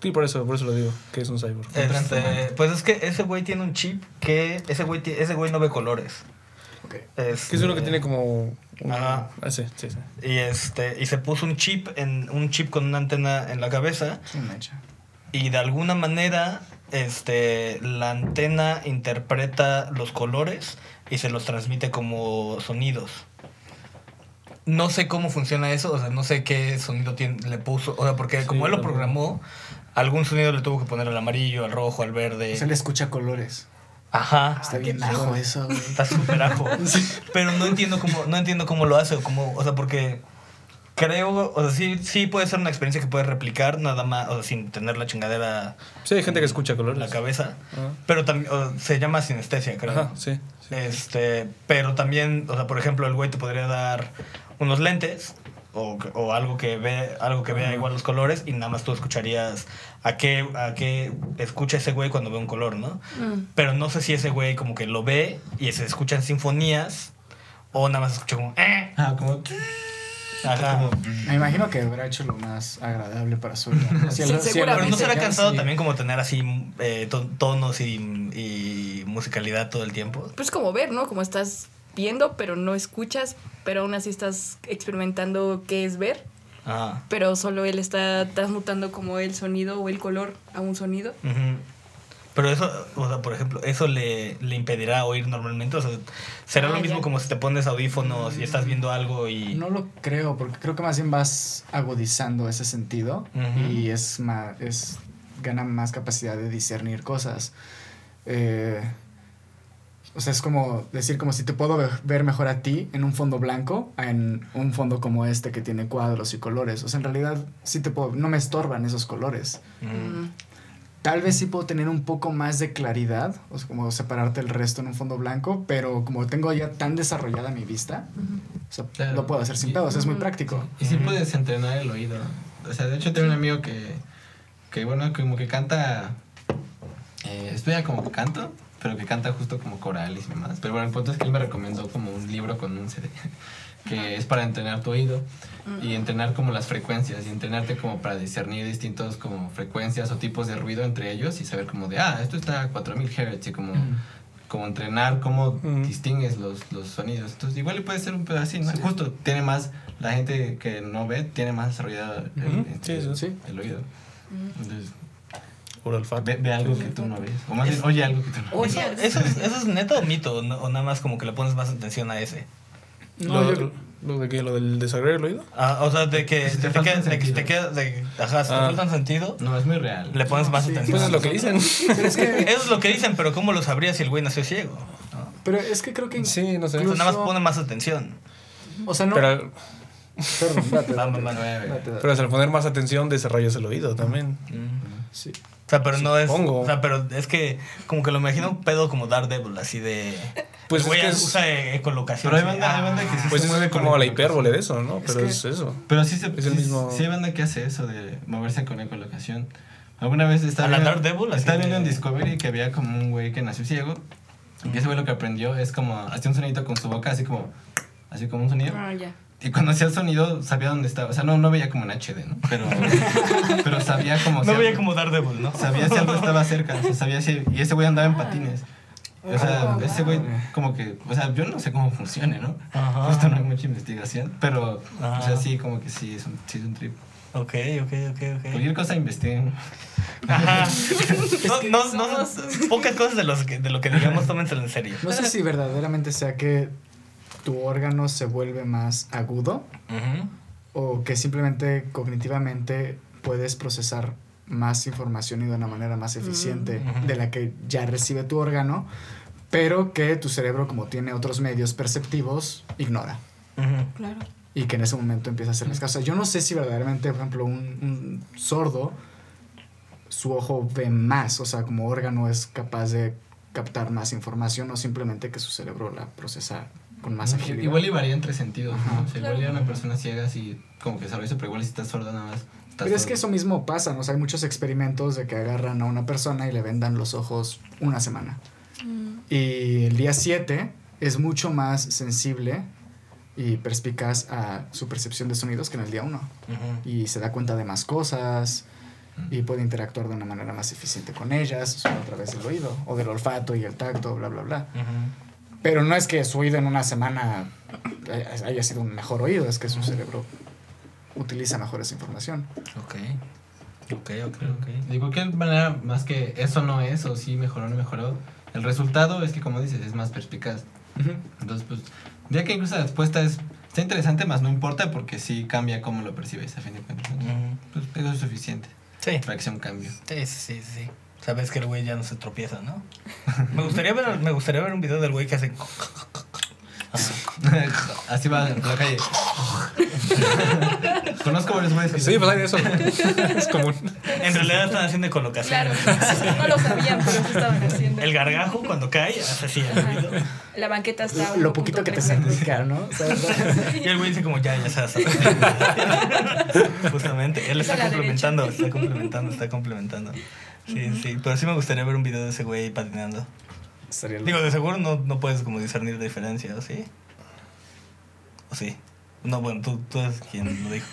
Sí, por eso, por eso lo digo, que es un cyborg. Este, pues es que ese güey tiene un chip que ese güey ti- ese güey no ve colores. Ok. Este, Que es uno que tiene como... Ajá. Ah, sí, sí, sí. y este y se puso un chip en un chip con una antena en la cabeza Sí, me echa. y de alguna manera este la antena interpreta los colores y se los transmite como sonidos. No sé cómo funciona eso, o sea, no sé qué sonido tiene- le puso, o sea, porque Sí, como él lo tampoco. programó, algún sonido le tuvo que poner al amarillo, al rojo, al verde. O sea, le escucha colores. Ajá. este Está bien bajo eso, güey. Está súper ajo. Pero no entiendo cómo, no entiendo cómo lo hace o cómo, o sea, porque creo, o sea, sí, sí puede ser una experiencia que puedes replicar, nada más, o sea, sin tener la chingadera Sí, hay gente que escucha en la colores. cabeza. Ah. Pero también, o sea, se llama sinestesia, creo. Ajá, sí. sí. Este, pero también, o sea, por ejemplo, el güey te podría dar unos lentes o, o algo que ve, algo que vea igual los colores y nada más tú escucharías a qué, a qué escucha ese güey cuando ve un color, ¿no? Pero no sé si ese güey como que lo ve y se escuchan sinfonías o nada más escucha como eh, Ah, como. ajá. Me imagino que habrá hecho lo más agradable para su vida. ¿no? Si Sí, el- si Pero no el- seguramente. será cansado Sí. también como tener así eh, ton- tonos y, y musicalidad todo el tiempo. Pues como ver, ¿no? Como estás viendo, pero no escuchas, pero aún así estás experimentando qué es ver, Ajá. pero solo él está transmutando como el sonido o el color a un sonido. Ujú. Pero eso, o sea, por ejemplo, eso le, le impedirá oír normalmente. O sea, será lo Ah, mismo ya. como si te pones audífonos y estás viendo algo y. Ah, No lo creo, porque creo que más bien vas agudizando ese sentido Ujú. y es más, es, gana más capacidad de discernir cosas. Eh, o sea, es como decir, como si te puedo ve- ver mejor a ti en un fondo blanco, a en un fondo como este que tiene cuadros y colores. O sea, en realidad sí te puedo, no me estorban esos colores. Mm. Tal vez sí puedo tener un poco más de claridad, o sea, como separarte el resto en un fondo blanco, pero como tengo ya tan desarrollada mi vista, o sea, Claro. lo puedo hacer sin pedos, es muy práctico. Y sí puedes entrenar el oído. O sea, de hecho tengo un amigo que, que bueno, como que canta, eh, estudia como canto, pero que canta justo como corales y demás. Pero bueno, el punto es que él me recomendó como un libro con un CD, que es para entrenar tu oído y entrenar como las frecuencias y entrenarte como para discernir distintos como frecuencias o tipos de ruido entre ellos y saber como de, ah, esto está a 4000 Hz y como... Como entrenar cómo Mm. distingues los, los sonidos. Entonces, igual y puede ser un pedacito. Justo tiene más la gente que no ve tiene más desarrollado el, Ujú, el- sí, eso sí. el oído. Entonces, Por olfato. ve, ve algo que tú no ves. O más bien, oye algo que tú no O ves. eso, Pues eso es, eso es neta o mito, o no- o nada más como que le pones más atención a ese. No, No, lo, yo- lo de que lo del desagregar el oído. Ah, o sea, de que Pues Si te de que- faltan de que si te queda, sentido. de, ajá, si te Ah. faltan sentido, No, es muy real. le pones más atención. Pues es lo que dicen. Eso es lo que dicen, pero ¿cómo lo sabrías si el güey nació ciego? Pero es que creo que... Sí, no sé. O sea, nada más Incluso- pone más atención. O sea, no... Pero, Perdón, date, Pues Va, date, va, va. Nueve. date, date. pero al poner más atención desarrollas el oído también. Sí. O sea, pero no es. Supongo. O sea, pero es que como que lo imagino un pedo como Daredevil, así de. Pues el güey es que es- usa eh, ecolocación. Pero hay así de, banda, hay ah, banda que sí Pues se es mueve con como la ecolocación. hipérbole de eso, ¿no? Pero que- es, eso. Pero sí, se, Es el sí- mismo- sí hay banda que hace eso de moverse con ecolocación. Alguna vez ¿A estaba la viendo, Daredevil? Así estaba viendo de- en Discovery que había como un güey que nació ciego. Y ese güey lo que aprendió es como hacía un sonidito con su boca, así como, así como un sonido. Ah, ya. Y cuando hacía el sonido, sabía dónde estaba. O sea, no, no veía como en HD, ¿no? Pero, pero sabía como... No si veía algo- como Daredevil, ¿no? Sabía si algo estaba cerca. o sea, sabía si... Y ese güey andaba en patines. O sea, ese güey como que... O sea, yo no sé cómo funcione, ¿no? Ajá. Justo no hay mucha investigación. Pero, o Ajá. sea, sí, como que sí, es un, sí es un trip. Ok, ok, ok, ok. Cualquier cosa investiguen. Ajá. No, no, no, pocas cosas de, los que, de lo que digamos, tómenselo en serio. No sé si verdaderamente sea que tu órgano se vuelve más agudo Ujú. o que simplemente cognitivamente puedes procesar más información y de una manera más eficiente Mm. Ujú. de la que ya recibe tu órgano, pero que tu cerebro, como tiene otros medios perceptivos, ignora. Ujú. Claro. Y que en ese momento empieza a hacer las cosas. Yo no sé si verdaderamente, por ejemplo, un, un sordo, su ojo ve más, o sea, como órgano es capaz de captar más información o simplemente que su cerebro la procesa con más agilidad. Igual y varía entre sentidos, ¿no? O sea, igual y a Claro. una persona ciega así como que sabe eso, pero igual y si estás sordo nada más. estás Pero es sordo. que eso mismo pasa, ¿no? O sea, hay muchos experimentos de que agarran a una persona y le vendan los ojos una semana. Mm. Y el día 7 es mucho más sensible y perspicaz a su percepción de sonidos que en el día 1. Ujú. Y se da cuenta de más cosas y puede interactuar de una manera más eficiente con ellas, solo a través del oído, o del olfato y el tacto, bla, bla, bla. Ujú. Pero no es que su oído en una semana eh, haya sido un mejor oído, es que su cerebro utiliza mejor esa información. Ok. Ok, ok, ok. De cualquier manera, más que eso no es, o sí mejoró o no mejoró, el resultado es que, como dices, es más perspicaz. Entonces, pues, ya que incluso la respuesta es, está interesante, más no importa, porque sí cambia cómo lo percibes, a fin de cuentas. ¿no? Ujú. Pues, eso es suficiente Sí. para que sea un cambio. Sí, sí, sí, sí. Sabes que el güey ya no se tropieza, ¿no? Me gustaría ver, me gustaría ver un video del güey que hace... Así va en la calle. Conozco varios güeyes que Sí, pues hay de eso. Es común. En realidad están haciendo Claro, colocaciones. no lo sabían, pero lo estaban haciendo. El gargajo cuando cae, hace así el ruido. La banqueta está. Lo poquito que te significa, ¿no? ¿Sabes? Y el güey dice como, ya, ya sabes. Justamente, él Es está a la complementando, está complementando, está complementando. Sí, sí, pero sí me gustaría ver un video de ese güey patinando. Estaría Digo, de seguro no, no puedes como discernir la diferencia, ¿o sí? ¿O sí? No, bueno, tú, tú eres quien lo dijo.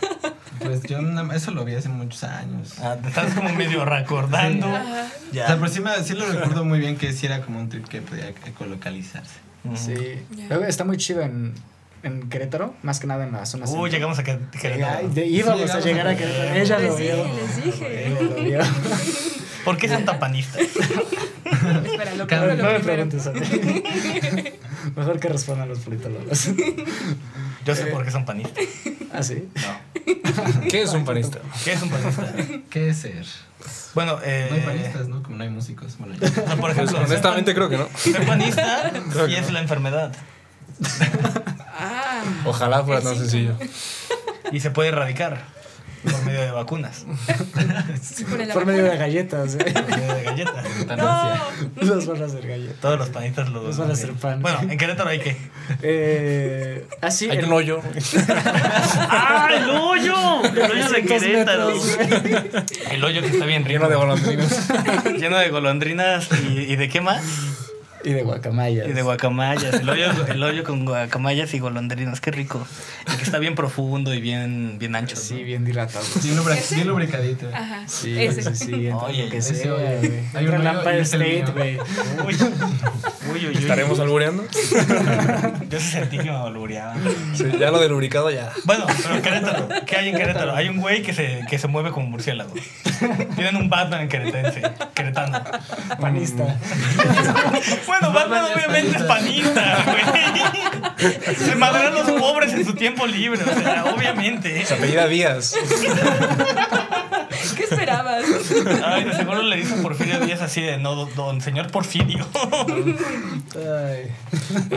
Pues yo na- eso lo vi hace muchos años. Ah, te estás como medio recordando. Ah, O sea, Ya. pero sí, me- sí lo recuerdo muy bien que sí era como un trip que podía ecolocalizarse. Ujú. Sí. Luego está muy chido en, en Querétaro, más que nada en la zona Uh, centro. llegamos a Quer- Ay, Querétaro. de- íbamos Sí, a llegar a Querétaro. Ella lo Les dije, vio. les Ella dije. lo vio. ¿Por qué son tapanistas? Espera, lo No, no me primero, lo primero. preguntes a mí. Mejor que respondan los politólogos. Yo sé por qué son panistas. ¿Ah, sí? No. ¿Qué es un panista? ¿Qué es un panista? ¿Qué es ser? Bueno, eh. No hay panistas, ¿no? Como no hay músicos. Bueno, o sea, por Pues, ejemplo, honestamente creo que no. ser panista Creo sí que es no. la enfermedad. Ah, Ojalá fuera tan sencillo. Y se puede erradicar por medio de vacunas, sí, por el Por medio de galletas, ¿eh? por medio de galletas. No, Las van a hacer galletas. Todos los panistas lo Nos van a hacer pan. Bueno, en Querétaro hay que. Eh, ah, sí. Hay el- un hoyo. ¡Ah, el hoyo! El hoyo de 300 Querétaro. metros. El hoyo que está bien Lleno rico. de golondrinas. Lleno de golondrinas y, y de qué más? Y de guacamayas. Y de guacamayas. El hoyo, el hoyo con guacamayas y golondrinas. Qué rico. El que está bien profundo y bien, bien ancho. ¿no? Sí, bien dilatado. Bien, lubra- bien lubricadito. ajá. Sí, Ah, ese. sí, sí. entra Oye, lo que ese sea, hoyo. güey. Hay Entra un el hoyo y Empire es el State, mío. Mm. güey. Uy, uy, uy, uy. ¿Estaremos albureando? Yo sí sentí que me albureaban. Sí, ya lo de lubricado ya. Bueno, pero en Querétaro, ¿qué hay en Querétaro? Hay un güey que se, que se mueve como murciélago. Tienen un Batman queretense, queretano. Panista. Bueno, Batman obviamente es panista, güey. Se madrean los pobres en su tiempo libre, o sea, obviamente. Se apellida Díaz. ¿Qué esperabas? Ay, de seguro le dice Porfirio Díaz así de, no, don, don señor Porfirio. Ay.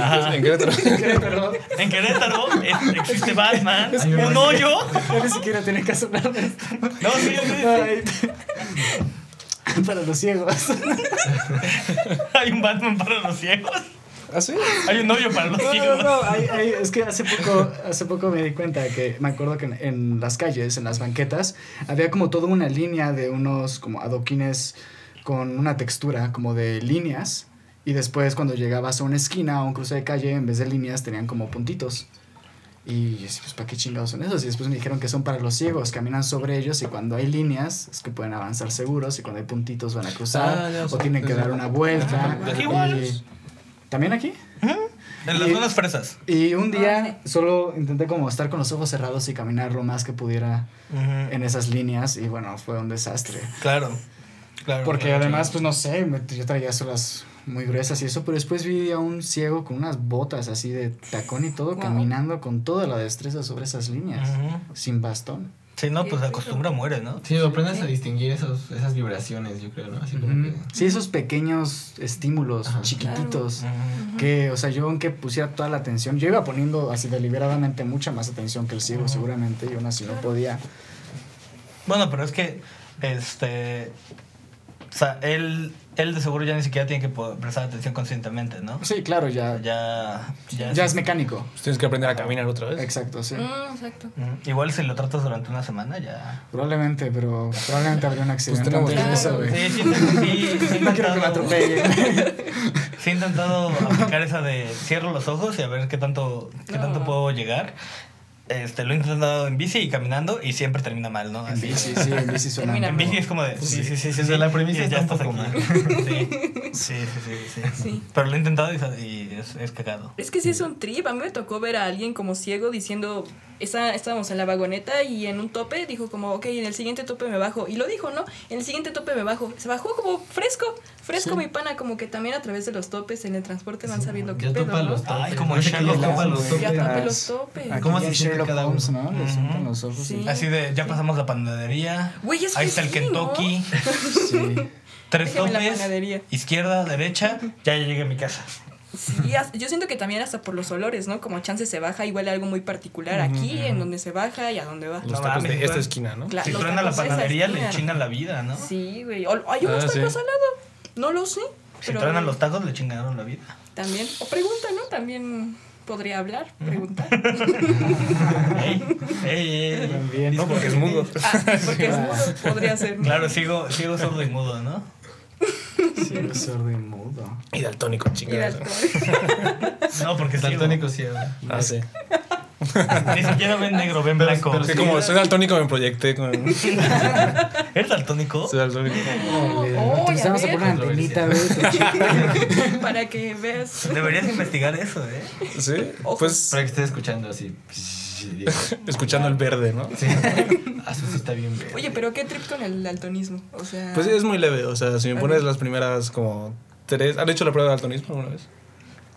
Ajá. ¿En qué otro? Querétaro. En Querétaro es- existe Batman, Es un un- hoyo. Ya ni siquiera tiene que sonar de esto. No, sí, sí, sí. Ay. Para los ciegos. Hay un Batman para los ciegos. ¿Ah, sí? Hay un hoyo para los No, ciegos. no, no, ay, ay, es que hace poco, hace poco me di cuenta que me acuerdo que en, en las calles, en las banquetas, había como toda una línea de unos como adoquines con una textura como de líneas y después cuando llegabas a una esquina o un cruce de calle, en vez de líneas tenían como puntitos. Y yo decía, pues ¿para qué chingados son esos? Y después me dijeron que son para los ciegos, caminan sobre ellos y cuando hay líneas es que pueden avanzar seguros y cuando hay puntitos van a cruzar Ah, ya, o sí, tienen que sí. dar una vuelta. Ah, Aquí y- igual. ¿También aquí? En las zonas fresas. Y un día solo intenté como estar con los ojos cerrados y caminar lo más que pudiera en esas líneas y bueno, fue un desastre. Claro, claro. Porque claro, además, claro. pues no sé, me- yo traía solas muy gruesas y eso, pero después vi a un ciego con unas botas así de tacón y todo, Wow. caminando con toda la destreza sobre esas líneas, Ujú. sin bastón. Sí, no, pues acostumbra muere, ¿no? Sí, aprendes a distinguir esos, esas vibraciones, yo creo, ¿no? Así como que... Sí, esos pequeños estímulos Ajá. chiquititos que, o sea, yo aunque pusiera toda la atención, yo iba poniendo así deliberadamente mucha más atención que el ciego seguramente y aún así no podía. Bueno, pero es que, este... O sea, él, él de seguro ya ni siquiera tiene que po- prestar atención conscientemente, ¿no? Sí, claro, ya, Ya... Ya, Ya es mecánico. Pues tienes que aprender a caminar otra vez. Exacto, sí. Mm, exacto. Ujú. Igual si lo tratas durante una semana, ya... Probablemente, pero probablemente habría un accidente. tenemos antes de eso, que- Sí, güey. sí, sí, sí, sí, he No quiero que intentado- me atropellen. Sí he intentado aplicar esa de cierro los ojos y a ver qué tanto, qué tanto puedo llegar. Este, lo he intentado en bici y caminando y siempre termina mal, ¿no? Así, Sí, sí, sí, en bici suena. Termina En bici es como de. Sí, sí, sí. sí, Desde sí, la premisa y está ya un estás poco aquí. Sí, sí, sí, sí, sí. Sí. Pero lo he intentado y, y es, es cagado. Es que sí es un trip. A mí me tocó ver a alguien como ciego diciendo está- estábamos en la vagoneta y en un tope dijo como, ok, en el siguiente tope me bajo. Y lo dijo, ¿no? En el siguiente tope me bajo. Se bajó como fresco, fresco mi pana, como que también a través de los topes en el transporte van sabiendo qué Ya pedo, topa ¿no? los topes. Ay, como No sé qué Sherlock ya topa Holmes, los güey. Ya topes. tope los topes. Aquí ¿Cómo ya se es siente Sherlock cada uno? Holmes, ¿no? Le Ujú. sientan los ojos. Sí. Así de, ya pasamos la panadería. Güey, eso ahí es está el sí, ¿no? Kentucky. Sí. Tres Déjame la topes. panadería. Izquierda, derecha. Ya llegué a mi casa. Sí, as- yo siento que también hasta por los olores, ¿no? Como chance se baja y huele algo muy particular aquí, en donde se baja y a dónde va. Los No tacos mames, de esta güey. esquina, ¿no? Claro. La- si los truena la tacos de esa panadería, le esquina. chingan la vida, ¿no? Sí, güey. O- Hay unos Ah, sí. tacos al lado. No lo sé. Si pero truenan los tacos, le chingaron la vida. También. O pregunta, ¿no? También podría hablar, preguntar. Ey, ey, ey. También. No, porque es mudo. Ah, sí, porque es mudo, podría ser. Claro, sigo, sigo sordo y mudo, ¿no? Sí, es sordo y mudo. Oh, Y daltónico, Y de chingados. alcohol. No, porque sigo. Daltónico ciego. Ah, sí. Ni siquiera ven negro, ven Pero- blanco. pero Es que como soy daltónico me proyecté con... Soy ¿Es daltónico? daltónico. Oh, Entonces ya vamos a poner ves. una antenita, güey. tu chica. Para que veas. Deberías investigar eso, ¿eh? Sí, Ojos. pues Para que esté escuchando así. Sí, escuchando el verde, ¿no? Ah, su sí está bien verde. Oye, pero qué trip con el daltonismo. O sea. Pues es muy leve, o sea, si me Ok. pones las primeras como tres... ¿Han hecho la prueba de daltonismo alguna vez?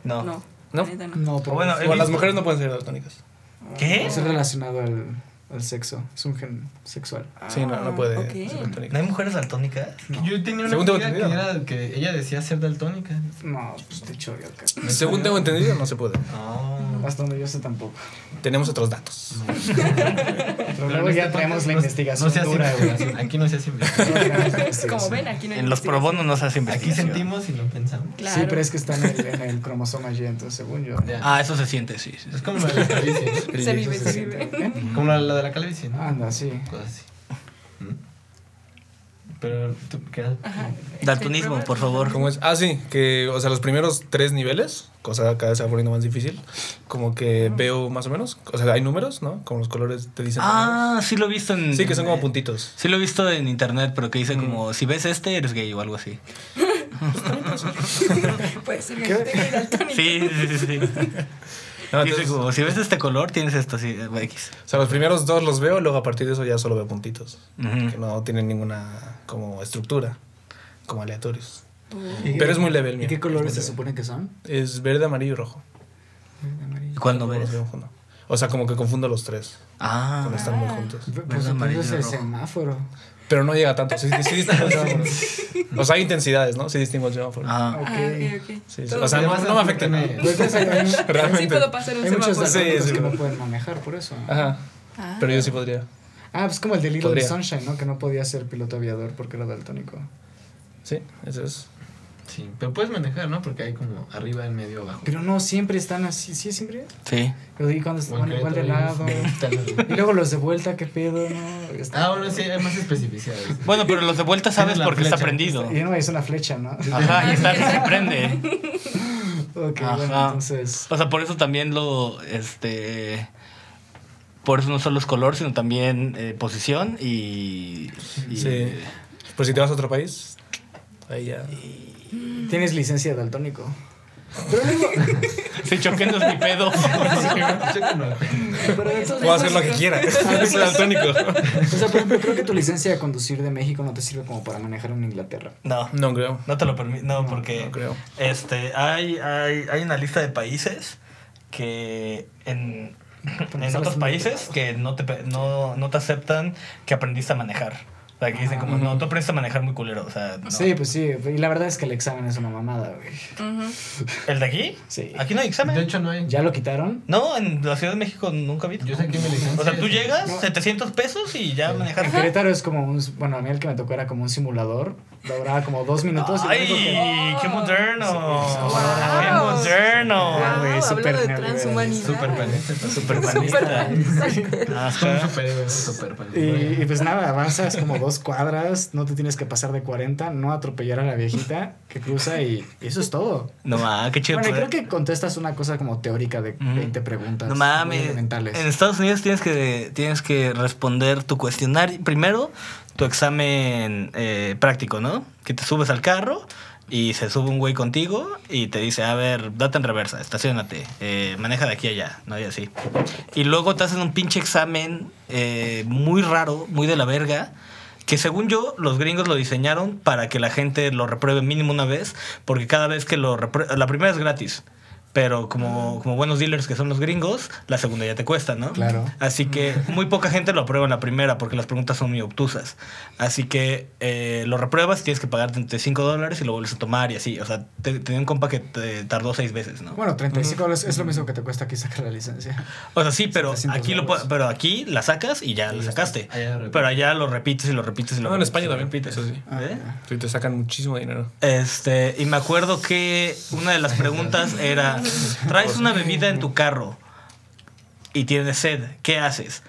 No. No. ¿No? la neta no. No, Bueno, ¿eh? pero bueno, He Bueno, las visto- mujeres no pueden ser daltónicas. ¿Qué? es relacionado al, al sexo. Es un gen sexual. Sí, no, no puede Ah, Ok. ser ¿No daltónica. hay mujeres daltónicas? Yo tenía una Según tengo amiga que, entendido. era, que ella decía ser daltónica. No, pues te chorio acá. Según tengo entendido, no se puede. No. Hasta donde yo sé tampoco. Tenemos otros datos. Pero luego ya traemos la investigación este No se hace dura, güey. investigación. Aquí no se hace investigación. Luego traemos la Como investigación. ven, aquí no hay En los investigación. probonos no se hace Aquí investigación. sentimos y no pensamos. Claro. Sí, pero es que está en el, en el cromosoma Y, entonces, según yo. Ya. Ah, eso se siente, sí. sí, sí. Es como la de la calvicie. Se vive, se vive. ¿Eh? ¿no? Como la, la de la calvicie, ¿no? Anda, sí. Cosas así. ¿Mm? Pero tú quedas. Ajá. Daltonismo, por favor. ¿Cómo es? Ah, sí, que, o sea, los primeros tres niveles, cosa cada vez se va poniendo más difícil, como que veo más o menos, o sea, hay números, ¿no? Como los colores te dicen. Ah, sí lo he visto en... números. sí, que son como puntitos. Sí lo he visto en internet, pero que dice como, si ves este, eres gay o algo así. Pues sí, me dijiste que daltónico. Sí, sí, sí. sí. No, Dice entonces, como, si ves este color, tienes esto así, eh, X. o sea, los primeros dos los veo, luego a partir de eso ya solo veo puntitos, Ujú. que no tienen ninguna como estructura, como aleatorios. ¿Y- Pero es muy leve el ¿Y mío, qué es colores muy se leve. supone que son? Es verde, amarillo y rojo. ¿Y ¿Cuál no Como los ves? veo juntos. O sea, como que confundo los tres, Ah, cuando están muy juntos. Pues amarillo, entonces el rojo. semáforo. Pero no llega tanto, sí, sí, sí distingo el semáforo. O sea, hay intensidades, ¿no? Sí distingo el semáforo. ah, Ah, ok, ok. Sí, sí. Todo O sea, no, Además, no me afecta tiene- nada. Pues, pues, hay, hay- Realmente. Sí puedo pasar un hay muchos semáforo. Sí, datos sí, que no sí. pueden manejar por eso. Ajá. Pero yo sí podría. Ah, pues como el de Little Podría. Sunshine, ¿no? Que no podía ser piloto aviador porque era daltónico. Sí, eso es. Sí, pero puedes manejar, ¿no? Porque hay como arriba, en medio, abajo. Pero no, siempre están así. ¿Sí siempre? sí. Y cuando O en van igual de lado. Querétaro, Y luego los de vuelta, ¿qué pedo? No, Está- Ah, bueno, sí, hay más especificidades. Bueno, pero los de vuelta sabes Tiene la porque está flecha. prendido. Y no es una flecha, ¿no? Ah. Ajá, y está, se prende. Ok, Ajá. bueno, entonces. O sea, por eso también lo, este... Por eso no solo es color, sino también eh, posición y... y- Sí. Pues si te vas a otro país, ahí ya. Tienes licencia de daltónico. Sí, choqué, no es mi pedo. Pero entonces- pues, Ah, Puedo hacer lo que quiera. Soy daltónico. O sea, por ejemplo, creo que tu licencia de conducir de México no te sirve como para manejar en Inglaterra. No, No creo. no te lo permito. No, porque... No creo. Este, hay, hay, hay una lista de países que en, en solo otros son países que no te, pe- no, no te aceptan que aprendiste a manejar. O sea, que dicen como, no, tú aprendiste a manejar muy culero. O sea, no. Sí, pues sí. Y la verdad es que el examen es una mamada, güey. ¿El de aquí? Sí. Aquí no hay examen. De hecho, no hay. ¿Ya lo quitaron? No, en la Ciudad de México nunca vi. Yo saqué mi licencia. O sea, tú llegas, 700 pesos y ya En manejas. Querétaro es como un. Bueno, a mí el que me tocó era como un simulador. Duraba como dos minutos. y lo único que- ¡Ay! ¡Qué moderno! ¡Qué Wow. moderno! güey, Wow, súper hablando de neoliberal. transhumanidad. Súper panista. Super panista. Ajá. Súper, súper panista. Y, y pues nada, avanzas como dos cuadras, no te tienes que pasar de 40, no atropellar a la viejita que cruza y, y eso es todo. No mames, qué chido. Bueno, y poder- creo que contestas una cosa como teórica de Ujú. 20 preguntas No mames. elementales. En Estados Unidos tienes que, tienes que responder tu cuestionario. Primero, tu examen eh, práctico, ¿no? Que te subes al carro y se sube un güey contigo y te dice, a ver, date en reversa, estacionate, eh, maneja de aquí a allá, ¿no? Y así. Y luego te hacen un pinche examen eh, muy raro, muy de la verga, que según yo, los gringos lo diseñaron para que la gente lo repruebe mínimo una vez, porque cada vez que lo repruebe, la primera es gratis. Pero como, como buenos dealers que son los gringos, la segunda ya te cuesta, ¿no? Claro. Así que muy poca gente lo aprueba en la primera porque las preguntas son muy obtusas. Así que eh, lo repruebas, tienes que pagar 35 dólares y lo vuelves a tomar y así. O sea, te- tenía un compa que te tardó seis veces, ¿no? Bueno, 35 dólares es lo mismo que te cuesta aquí sacar la licencia. O sea, sí, pero 700 aquí, lo, dólares. pu- pero aquí la sacas y ya la sacaste. Allá lo repites. pero allá lo repites y lo repites y lo No, en repites y España lo también, repites. eso sí. Ah, ¿Eh? ya. Y te sacan muchísimo dinero. Este, y me acuerdo que una de las preguntas era, traes una bebida en tu carro y tienes sed, ¿qué haces?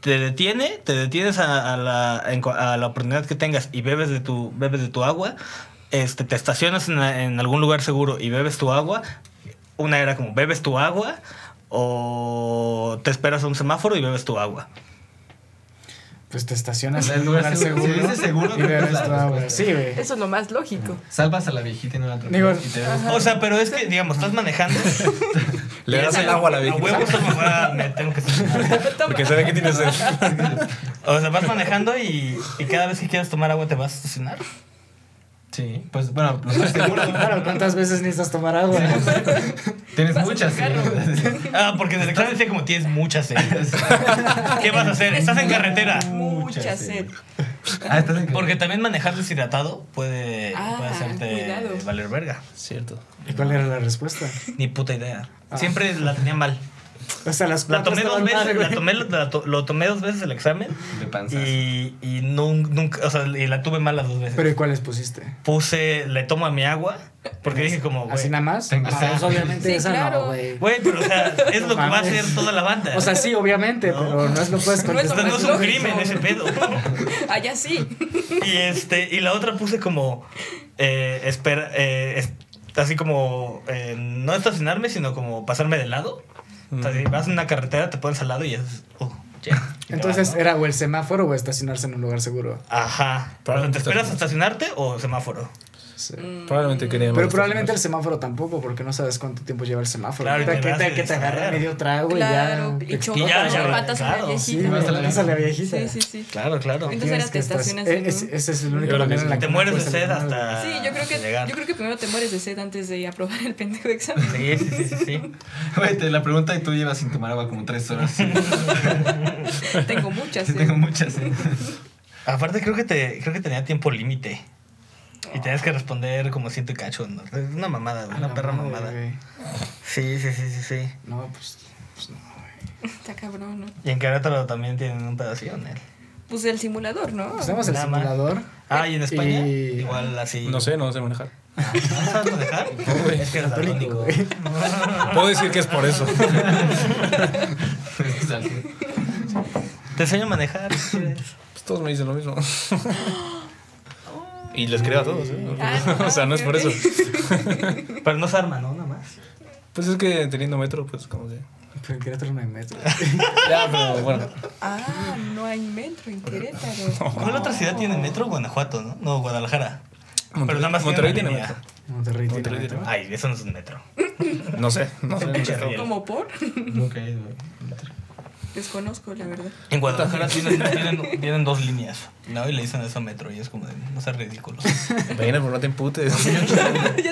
¿Te detiene? ¿Te detienes a, a la, en cua- a la oportunidad que tengas y bebes de tu, bebes de tu agua? Este, ¿Te estacionas en, la- en algún lugar seguro y bebes tu agua? Una era como, ¿bebes tu agua? ¿O te esperas a un semáforo y bebes tu agua? Pues te estacionas En en un lugar lugar seguro. seguro. Si dices seguro, y bebes la tu agua. respuesta. Sí, güey. Eso es lo más lógico. Salvas a la viejita y no la Digo, atropellas. y te ves- O sea, pero es que, digamos, estás manejando. Le das el agua a la A viejita. huevo, esta mamada me tengo que estacionar. Porque sabe que tiene sed. O sea, vas manejando y, y cada vez que quieras tomar agua te vas a estacionar. Sí, pues bueno, lo estás seguro. Claro, ¿cuántas veces necesitas tomar agua? Tienes muchas. sí. Ah, porque en el examen dice como tienes mucha sed. ¿Qué vas a hacer? Estás en carretera. Mucha sed. Ah, estás en Porque también manejar deshidratado puede, Ah, puede hacerte cuidado. valer verga. Cierto. ¿Y cuál era la respuesta? Ni puta idea. Ah. Siempre la tenía mal. O sea, las La plantas tomé dos estaban mal, veces, la güey. tomé, la to- lo tomé dos veces el examen De panza. y, y nun- nunca, o sea, y la tuve mal las dos veces. Pero ¿y cuáles pusiste? Puse, le tomo a mi agua porque dije como, ¿Así güey, nada más? Tengo Ah, sed. pues, obviamente Sí, esa claro. no, güey. güey, pero o sea, es lo que va a mames. hacer toda la banda. O sea, sí, obviamente, No. pero no es lo puedes No es O contestar. sea, no es un lógico. crimen ese pedo. Allá Ah, sí. Y este, y la otra puse como eh, espera, eh, es- así como eh, no estacionarme, sino como pasarme de lado. O sea, si Mm. vas en una carretera, te pones al lado y es. oh, ya. Y te Entonces vas, ¿no? era o el semáforo o estacionarse en un lugar seguro. Ajá. O sea, ¿Te esperas a estacionarte o semáforo? Sí. Probablemente queríamos. Pero probablemente el semáforo tampoco, porque no sabes cuánto tiempo lleva el semáforo. Claro, y Ahorita, te ¿Qué vas tal a que te agarra distraer. medio trago Claro. y ya? te- Y Y pues, ya, chocas ya, con patas a claro. la Sí, viejita. güey, vas a la vas a la viejita. Sí, sí, sí. Claro, claro. Entonces Tienes era que te estacionas estar- en e- es- un- Ese es el único Yo creo que lugar en la Te que no mueres de puedes sed estacionar. hasta. Sí, yo creo que llegar. yo creo que primero te mueres de sed antes de aprobar el pendejo examen. Sí, sí, sí, sí, sí. Güey, te la pregunta y tú llevas sin tomar agua como tres horas. Sí, Tengo mucha sed. tengo muchas. ¿eh? Aparte creo que te, creo que tenía tiempo límite. Ah. Y tenías que responder como siete y cacho. ¿no? Es una mamada, güey, A una la perra madre, mamada. Ah, güey. Sí, sí, sí, sí, sí. No, pues, pues no. Ah, Está cabrón, ¿no? Y en Querétaro también tienen un pedacito en él. Pues el simulador, ¿no? Usamos el Nada más. simulador. Ah, y en España Y- igual así. No sé, no sé manejar. Ah, ¿No sabes manejar? güey. es que eres Católico, daltónico. güey. Puedo decir que es por eso. Pues Es algo. Te enseño a manejar. si quieres. Pues todos me dicen lo mismo. Y les creo a todos. ¿eh? O sea, no es por eso. Pero no se arma, ¿no? Nada más. Pues es que teniendo metro, pues como que. Pero en Querétaro no hay metro. Ya, pero bueno. Ah, no hay metro en Oh. Querétaro. ¿Cuál otra ciudad tiene metro? Guanajuato, ¿no? No, Guadalajara. Pero Monterrey- nada más tiene Monterrey una tiene línea. Monterrey tiene Monterrey metro. tiene Ay, eso no es un metro. No sé, no sé. nunca he estado. ¿Como por? Nunca he ido, güey. Desconozco, la verdad. En Guadalajara tienen, tienen, tienen dos líneas, ¿no? Y le dicen eso a metro y es como de, no seas ridículo. Vaina, pero no te emputes. ya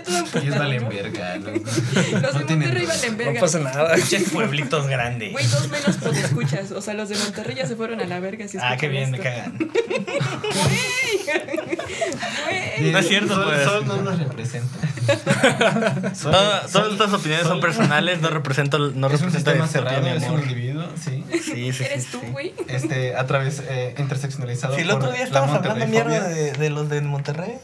todo Y es emputado, valen ¿no? verga. ¿no? Los de No tienen- Monterrey valen No verga. pasa nada. Pinches pueblitos grandes. Güey, dos menos por escuchas. O sea, los de Monterrey ya se fueron a la verga. Si Ah, qué bien, me escuchan cagan. esto. Güey. No es cierto, Sol, pues. Sol no nos representa. Sol- No, Sol- todas estas opiniones son Sol- personales, no represento, no es un represento sistema esto, cerrado, mi es un amor. individuo, sí. Sí, sí, sí. ¿Eres tú, sí. güey? Este, a través eh, interseccionalizado. Si el por otro día la estabas hablando Monterreyfobia. mierda de, de los de Monterrey.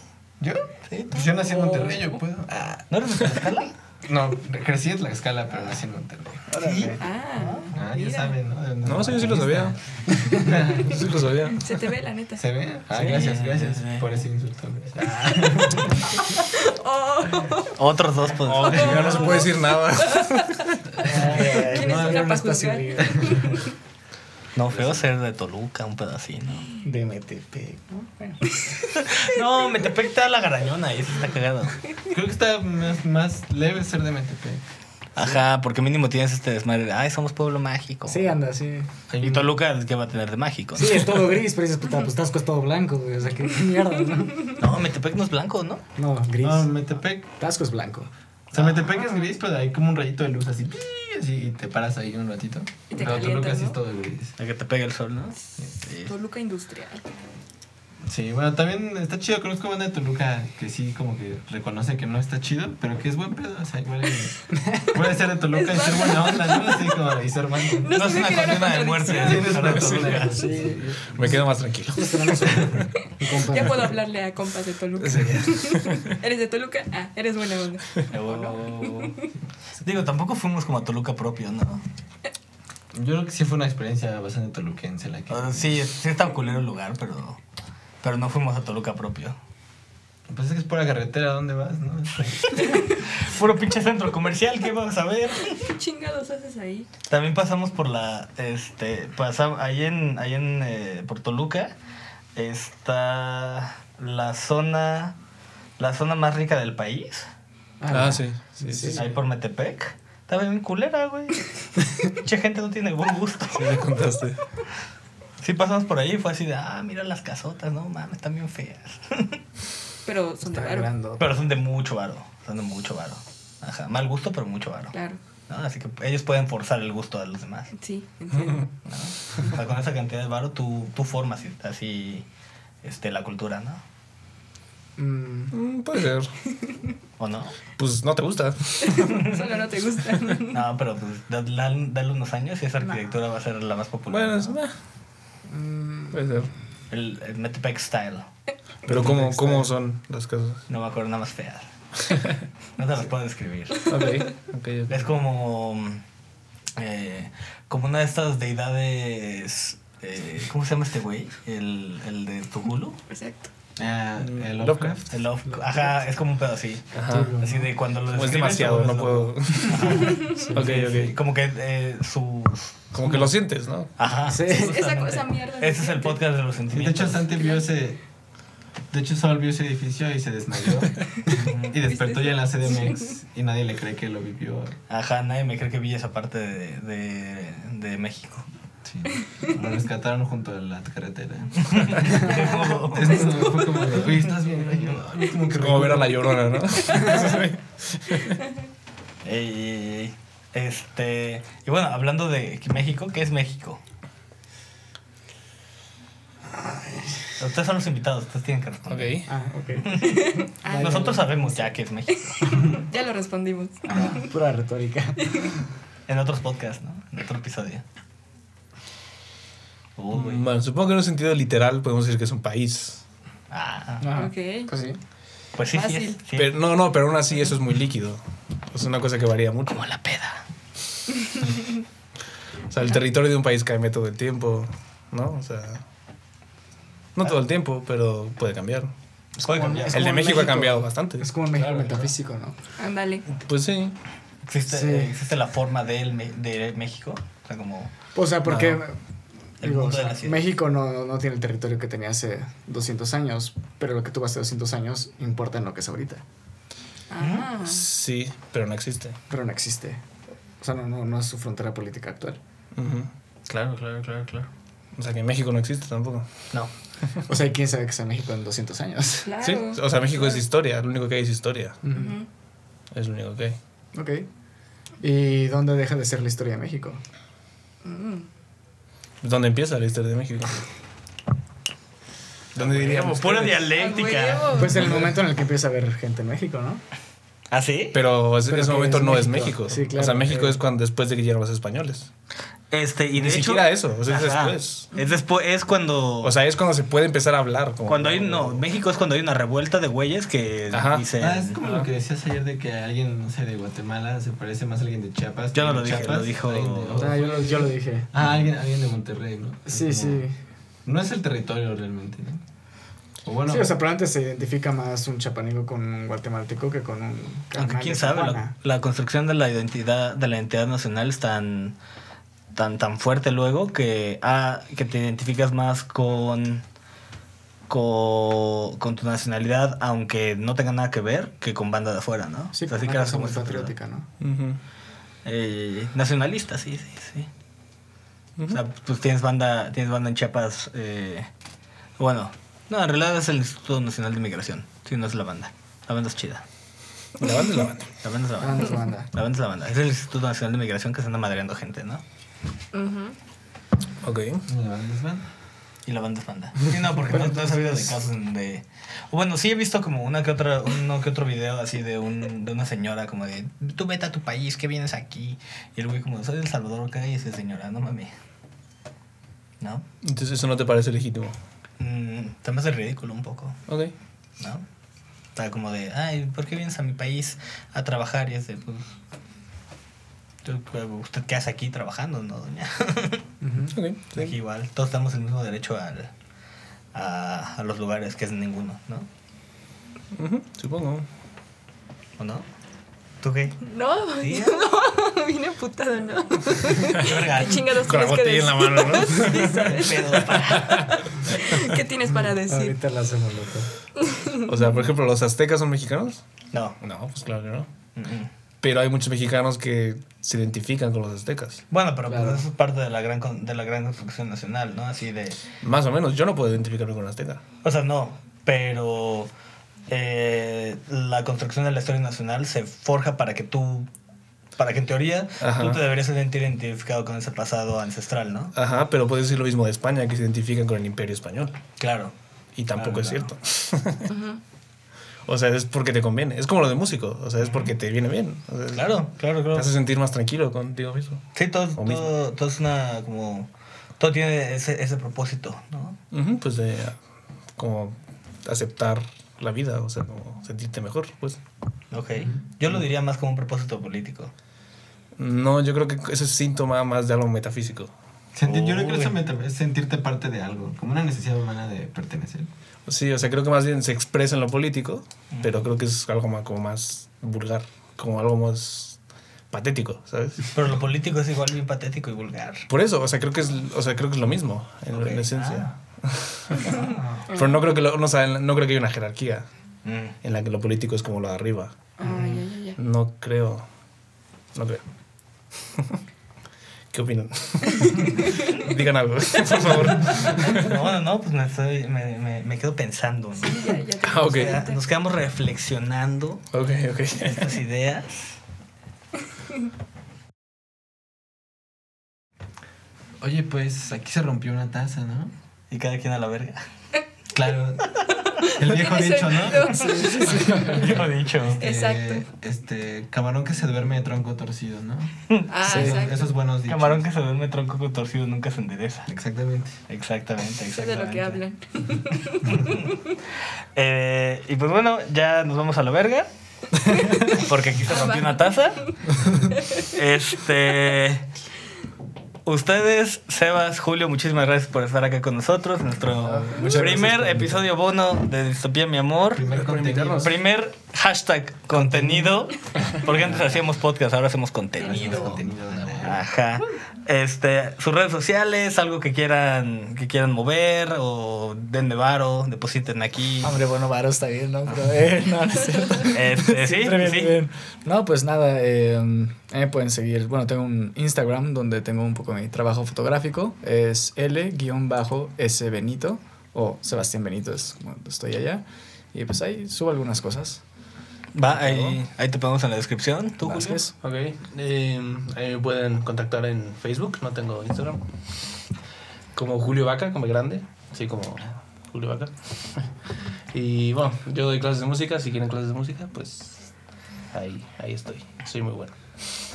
¿Yo? Sí, tú. Pues yo nací en Monterrey, yo puedo. Ah, ¿No eres de Tlaxcala? No, crecí en Tlaxcala, pero nací en Monterrey. Ah, Ah, ya mira. saben, ¿no? No, sí, yo sí lo sabía. Yo sí lo sabía. Se te ve, la neta. ¿Se ve? Ah, Sí, gracias, sí, gracias sí. por ese insulto. Ah, Oh, Otros dos, pues. Ya Oh, no se puede decir nada. ¿quién es Ah, No, eh, otra era un para espacio juzgar? libre. No, feo ser de Toluca, un pedacino. De Metepec. No, Metepec está la garañona y eso está cagado. Creo que está más, más leve ser de Metepec. Ajá, porque mínimo tienes este desmadre. de, Ay, somos pueblo mágico. Sí, anda, sí. Hay Y un- Toluca, ¿qué va a tener de mágico? Sí, es todo gris, pero dices, puta, pues Tasco es todo blanco, güey. O sea, qué mierda, ¿no? No, Metepec no es blanco, ¿no? No, gris. No, Metepec. Tasco es blanco. O sea, Metepec es gris, pero hay como un rayito de luz así. pi, así y te paras ahí un ratito. Y te pero Toluca calientas, sí ¿no? es todo gris. El que te pega el sol, ¿no? Sí. Toluca industrial. Sí, bueno, también está chido. Conozco banda de Toluca que sí, como que reconoce que no está chido, pero que es buen pedo. O sea, igual hay- puede ser de Toluca y ser buena onda, ¿no? Así como, y ser banda. No No es sé una si era una condena de muerte. contradicción. ¿no? Para Toluca. Sí. Me quedo más tranquilo. Nosotros tenemos un- un compa- Ya puedo hablarle a compas de Toluca. Sí. ¿Eres de Toluca? Ah, eres buena onda. Oh. Digo, tampoco fuimos como a Toluca propio, ¿no? Yo creo que sí fue una experiencia bastante toluquense la que. O sea, Ah, sí, sí está culero el lugar, pero, pero no fuimos a Toluca propio. Pues es que es pura carretera, ¿a ¿dónde vas? No? Puro pinche centro comercial, ¿qué vamos a ver? ¿Qué chingados haces ahí? También pasamos por la, este, pasamos, ahí en, ahí en, eh, por Toluca, está la zona, la zona más rica del país, Ah, sí. sí, sí, ahí por Metepec. Estaba bien culera, güey. Mucha gente no tiene buen gusto. sí, me contaste. Sí, pasamos por ahí y fue así de, ah, mira las casotas, no mames, están bien feas. Pero son de Está varo. grandota. Pero son de mucho varo, son de mucho varo. Ajá, mal gusto, pero mucho varo. Claro, ¿no? Así que ellos pueden forzar el gusto de los demás. sí, entiendo. ¿no? O sea, con esa cantidad de varo tú, tú formas así este, la cultura, ¿no? Mm, Mm, puede ser. ¿O no? Pues no te gusta. Solo no te gusta. No, pero pues da- da- dale unos años y esa arquitectura va a ser la más popular. Bueno, ¿no? es, meh, puede ser. el, el Metepec Style. Mm. Pero ¿cómo, cómo son las casas? No me acuerdo nada más feas. No te las puedo describir. Ok, ok, ok. Es como. mm, eh, como una de estas deidades. eh, ¿Cómo se llama este güey? El, el de Tujulu. Exacto. Ah, el Lovecraft. Lovecraft. El of- Ajá, es como un pedo así. Ajá. Así de cuando lo Como es describes, demasiado, todo no es puedo. loco. Ok, Sí, ok. Como que eh, su. Como que lo sientes, ¿no? Ajá. Sí. sí, justamente. Esa cosa mierda. Ese se es el siente. podcast de los Sí, de hecho, sentimientos. Santi vio ese. De hecho, Sol vio ese edificio y se desmayó. y despertó ya en la CDMX. Y nadie le cree que lo vivió. Ajá, nadie me cree que vi esa parte de, de, de México. Sí. Lo rescataron junto a la carretera. Como- Entonces, no, fue como de, "Oye, ¿estás bien? Y yo, "Ay, como que Como ver a la rico". llorona, ¿no? Ey, ey, ey. Este. Y bueno, hablando de que México, ¿qué es México? Ustedes son los invitados, ustedes tienen que responder. Ok. Ah, ok. Ah, Nosotros sabemos ya qué es México. Ya lo respondimos. Pura retórica. En otros podcasts, ¿no? En otro episodio. Uy. Mm. Bueno, supongo que en un sentido literal podemos decir que es un país. Ah, Ok. Pues sí. pues sí, sí, Fácil. es, sí. Pero, no, no, pero aún así eso es muy líquido. Es una cosa que varía mucho. Como la peda. O sea, el territorio de un país cambia todo el tiempo, ¿no? O sea, no todo el tiempo, pero puede cambiar. Puede cambiar. Es El como de en México ha México. cambiado bastante. Es como un México metafísico, ¿no? Ándale. Pues sí. Existe, eh, Sí. existe la forma del Me- de México. O sea, como. O sea, porque No. El digo, mundo o sea, de la ciudad. México no, no tiene el territorio que tenía hace 200 años, pero lo que tuvo hace 200 años importa en lo que es ahorita, Ah. Sí, pero no existe. pero no existe. O sea, no, no, no es su frontera política actual. Ujú. Claro, claro, claro, claro. O sea, que México no existe tampoco. No. O sea, ¿quién sabe que sea México en 200 años? Claro. Sí, o sea, México es historia, lo único que hay es historia. Ujú. Ujú. Es lo único que hay. Ok. ¿Y dónde deja de ser la historia de México? Mm. ¿Dónde empieza la historia de México? ¿Dónde Pues diríamos? Pura ustedes? Ah, A dialéctica. huevo. Pues el momento en el que empieza a haber gente en México, ¿no? ¿Ah, sí? Pero ese, Pero ese que momento es no es México. México. Sí, claro. O sea, México Eh. es cuando después de que llegaron los españoles. Este, y de Ni hecho- siquiera eso, o sea, es Ajá. después. Es después, es cuando. O sea, es cuando se puede empezar a hablar. como- cuando hay. No, México es cuando hay una revuelta de güeyes que Ajá. dicen. Ah, es como lo que decías ayer de que alguien, no sé, de Guatemala se parece más a alguien de Chiapas. Yo no lo de dije, Chiapas, lo dijo- alguien de- O sea, Ah, yo lo, yo lo dije. Ah, alguien, alguien de Monterrey, ¿no? Es Sí, como- sí. No es el territorio realmente, ¿no? O bueno, Sí, o sea, probablemente se identifica más un chapaneco con un guatemalteco que con un... carnal Aunque quién de sabe, la, Tijuana. la construcción de la identidad, de la identidad nacional es tan, tan, tan fuerte luego que, ah, que te identificas más con, co- con, tu nacionalidad, aunque no tenga nada que ver, que con banda de afuera, ¿no? Sí, O sea, como una quedas cosa como muy esta- patriótica, ¿no? Ujú. eh, nacionalista, sí, sí, sí. Ujú. O sea, pues tienes banda, tienes banda en Chiapas. eh, bueno, no, en realidad es el Instituto Nacional de Migración. Sí, no es la banda. La banda es chida. La banda es la banda. La banda es la Banda banda. es banda. La banda es la banda. Es el Instituto Nacional de Migración que se anda madreando gente, ¿no? Ujú. Ok. Y la banda es banda. Sí, no, porque no, no he sabido de casos donde. Bueno, sí he visto como una que otra, uno que otro video así de, un, de una señora como de tú vete a tu país, que vienes aquí. Y el güey como, soy de El Salvador, cállese señora, no mames. ¿No? Entonces eso no te parece legítimo. Mm, te me hace ridículo un poco, Ok. ¿no? O sea, como de, ay, ¿por qué vienes a mi país a trabajar? Y es de, pues, tú, pues, ¿usted qué hace aquí trabajando, no, doña? Ok. sí. Aquí igual, todos tenemos el mismo derecho al, a, a los lugares, que es ninguno, ¿no? Ujú, Supongo. ¿O no? ¿Tú qué? No, ¿Sí? no, vine putada, ¿no? ¿Qué verga? ¿Qué chingados Con la tienes que botella en la decir? mano, ¿no? Sí, ¿sabes? Pedo, pa. ¿Qué tienes para decir? Ahorita la hacemos loco. O sea, por ejemplo, ¿los aztecas son mexicanos? No. mm, No, pues claro que no. Mm-mm. Pero hay muchos mexicanos que se identifican con los aztecas. Bueno, pero pues, Claro. eso es parte de la gran con- de la gran construcción nacional, ¿no? Así de Más o menos, yo no puedo identificarme con un azteca. O sea, no, pero eh, la construcción de la historia nacional se forja para que tú, para que en teoría Ajá. tú te deberías sentir identificado con ese pasado ancestral, ¿no? Ajá, pero puedes decir lo mismo de España, que se identifican con el imperio español. Claro. Y tampoco Claro, es Ah, claro. cierto. o sea, es porque te conviene. Es como lo de músico. O sea, es porque te viene bien. O sea, Claro, claro, Te claro. hace sentir más tranquilo contigo mismo. Sí, todo, O todo, todo es una como todo tiene ese, ese propósito, ¿no? Ujú, pues de ah, como aceptar la vida, o sea, como sentirte mejor, pues. Ok. Yo lo diría más como un propósito político. No, yo creo que eso es síntoma más de algo metafísico. Sentir- yo creo que eso Uy. meta- es sentirte parte de algo, como una necesidad humana de pertenecer. Sí, o sea, creo que más bien se expresa en lo político, pero creo que es algo más, como más vulgar, como algo más patético, ¿sabes? Pero lo político es igual bien patético y vulgar. Por eso, o sea, creo que es, o sea, creo que es lo mismo en, Ok, en esencia. Pero no creo que lo- no, saben- no creo que haya una jerarquía Mm. en la que lo político es como lo de arriba. Ay, ay, ay, ay. No creo. No creo. ¿Qué opinan? Digan algo, por favor. No, bueno, no, pues me, estoy, me, me, me quedo pensando, ¿no? Ya, ya te- Ah, ok. O sea, nos quedamos reflexionando Ok, ok. estas ideas. Oye, pues aquí se rompió una taza, ¿no? Y cada quien a la verga. Claro. El viejo Tiene dicho, ¿no? sentido. Sí, sí, sí. Yo he dicho. Eh, Exacto. este, camarón que se duerme de tronco torcido, ¿no? Ah, Esos- exacto. Esos buenos dichos. Camarón que se duerme tronco con torcido nunca se endereza. Exactamente. Exactamente, exactamente. Eso es de lo que hablan. Eh, y pues bueno, ya nos vamos a la verga. Porque aquí se rompió una taza. Este. Ustedes, Sebas, Julio, muchísimas gracias por estar acá con nosotros. Nuestro Ah, muchas primer gracias por episodio bono de Distopía Mi Amor. Primer por contenido. invitarnos. Primer hashtag contenido. Porque antes hacíamos podcast, ahora hacemos contenido. Contenido de amor. Ajá. Este, sus redes sociales, algo que quieran, que quieran mover, o den de varo, depositen aquí. Ah, Hombre, bueno, Varo está bien, ¿no? Pero, eh, no, no es cierto. Este, sí, Siempre bien, sí. bien. No, pues nada, eh, eh, pueden seguir. Bueno, tengo un Instagram donde tengo un poco mi trabajo fotográfico. Es L-S Benito o Sebastián Benito, es cuando estoy allá. Y pues ahí subo algunas cosas. Va, ahí, ahí te ponemos en la descripción. ¿Tú, Julio? Vázquez. Ok, eh, ahí me pueden contactar en Facebook, no tengo Instagram. Como Julio Vaca, como grande, sí, como Julio Vaca. Y bueno, yo doy clases de música, si quieren clases de música, pues ahí, ahí estoy, soy muy bueno. Oh,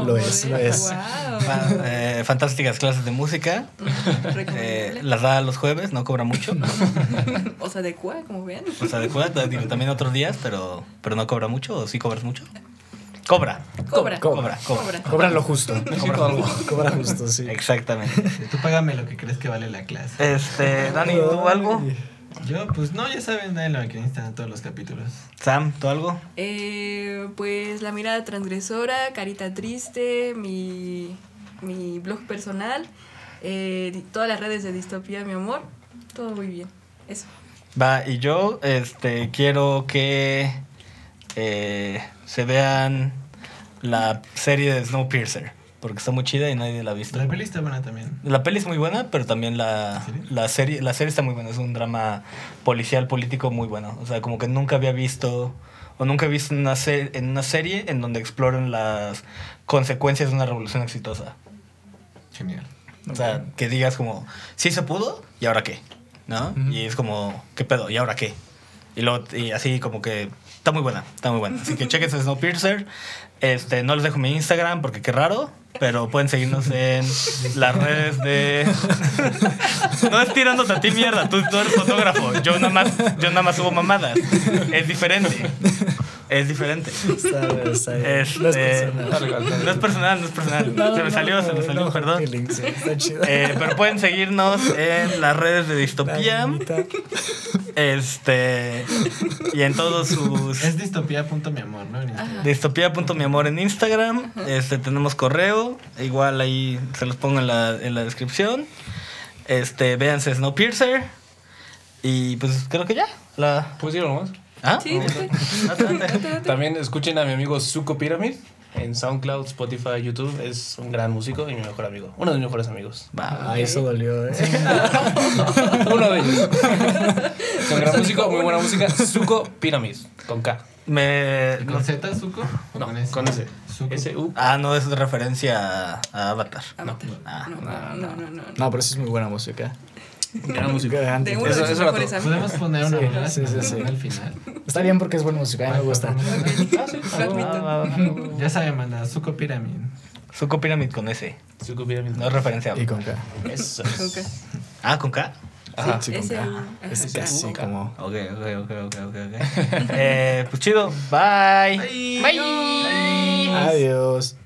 oh, Lo es, lo bueno, es. guau. Va, eh, fantásticas clases de música. Eh, Recomendable. las da los jueves, no cobra mucho. O sea, de Cuba, como vean. O sea, de cuenta, digo, también otros días, pero, pero no cobra mucho, o sí cobras mucho. Cobra. Cobra, Cobra. cobra. Cobra. Cobra lo justo. Cobra, cobra justo, sí. Exactamente. Tú págame lo que crees que vale la clase. Este, Dani, ¿tú algo? Yo, pues no, ya saben, dale la maquinista en todos los capítulos. Sam, ¿tú algo? Eh, pues la mirada transgresora, carita triste, mi, mi blog personal, eh, todas las redes de Distopía, mi amor. Todo muy bien. Eso. Va, y yo este, quiero que eh, se vean la serie de Snowpiercer, porque está muy chida y nadie la ha visto. La peli está buena también. La peli es muy buena, pero también la, ¿En serio? la serie la serie está muy buena. Es un drama policial político muy bueno. O sea, como que nunca había visto o nunca he visto una ser- en una serie en donde exploran las consecuencias de una revolución exitosa. Genial. O sea, que digas como, sí se pudo, ¿y ahora qué? ¿No? Y es como, ¿qué pedo? ¿Y ahora qué? Y, luego, y así como que está muy buena, está muy buena. Así que chequen su Snowpiercer. Este, no les dejo mi Instagram porque qué raro, pero pueden seguirnos en las redes de... no es tirándote a ti mierda, tú, tú eres fotógrafo. Yo nada, más, yo nada más subo mamadas. Es diferente. Es diferente. Está bien, está bien. No es Este, personal. No es personal, no es personal. No, se no, me salió, se me no, salió, no, perdón. feeling, sí, está chido. Eh, pero pueden seguirnos en las redes de La Distopía. bonita. Este. Y en todos sus. Es distopía punto mi amor, ¿no? En este. Instagram. Distopía.miamor en Instagram. Este, tenemos correo. Igual ahí se los pongo en la, en la descripción. Este, véanse Snowpiercer. Y pues creo que ya. La. ¿Puedes ir nomás? ¿Ah? Sí, sí, sí. Adelante. También escuchen a mi amigo Zuko Pyramid en SoundCloud, Spotify, YouTube. Es un gran músico y mi mejor amigo. Uno de mis mejores amigos. Va. Ah, eso dolió, eh. Uno de ellos. Es un gran músico, muy buena música. Zuko Pyramid, con K. Me. ¿Con Z, Zuko? ¿O No, con S? con S. Zuko. S-U. Ah, no, es referencia a, a Avatar. Avatar. Ah, No, no, no, no, no. No, pero eso es muy buena música. Gran músico. Gran- De uno Eso- de sus eso era mejores amigos. ¿Podemos poner una Sí, rola sí, sí, sí. al final? Está bien porque es buena música, a mí me gusta. Lo admito. Ya saben, manda Zuko Pyramid. Suco Pyramid con S. Zuko Pyramid. No es referencia a Y con K. Eso. Ok. Ah, con K. Ajá, sí, con Ese- K. ajá. Es casi como. Ok, ok, ok, ok, ok. ok. eh, pues chido. Bye. Adiós.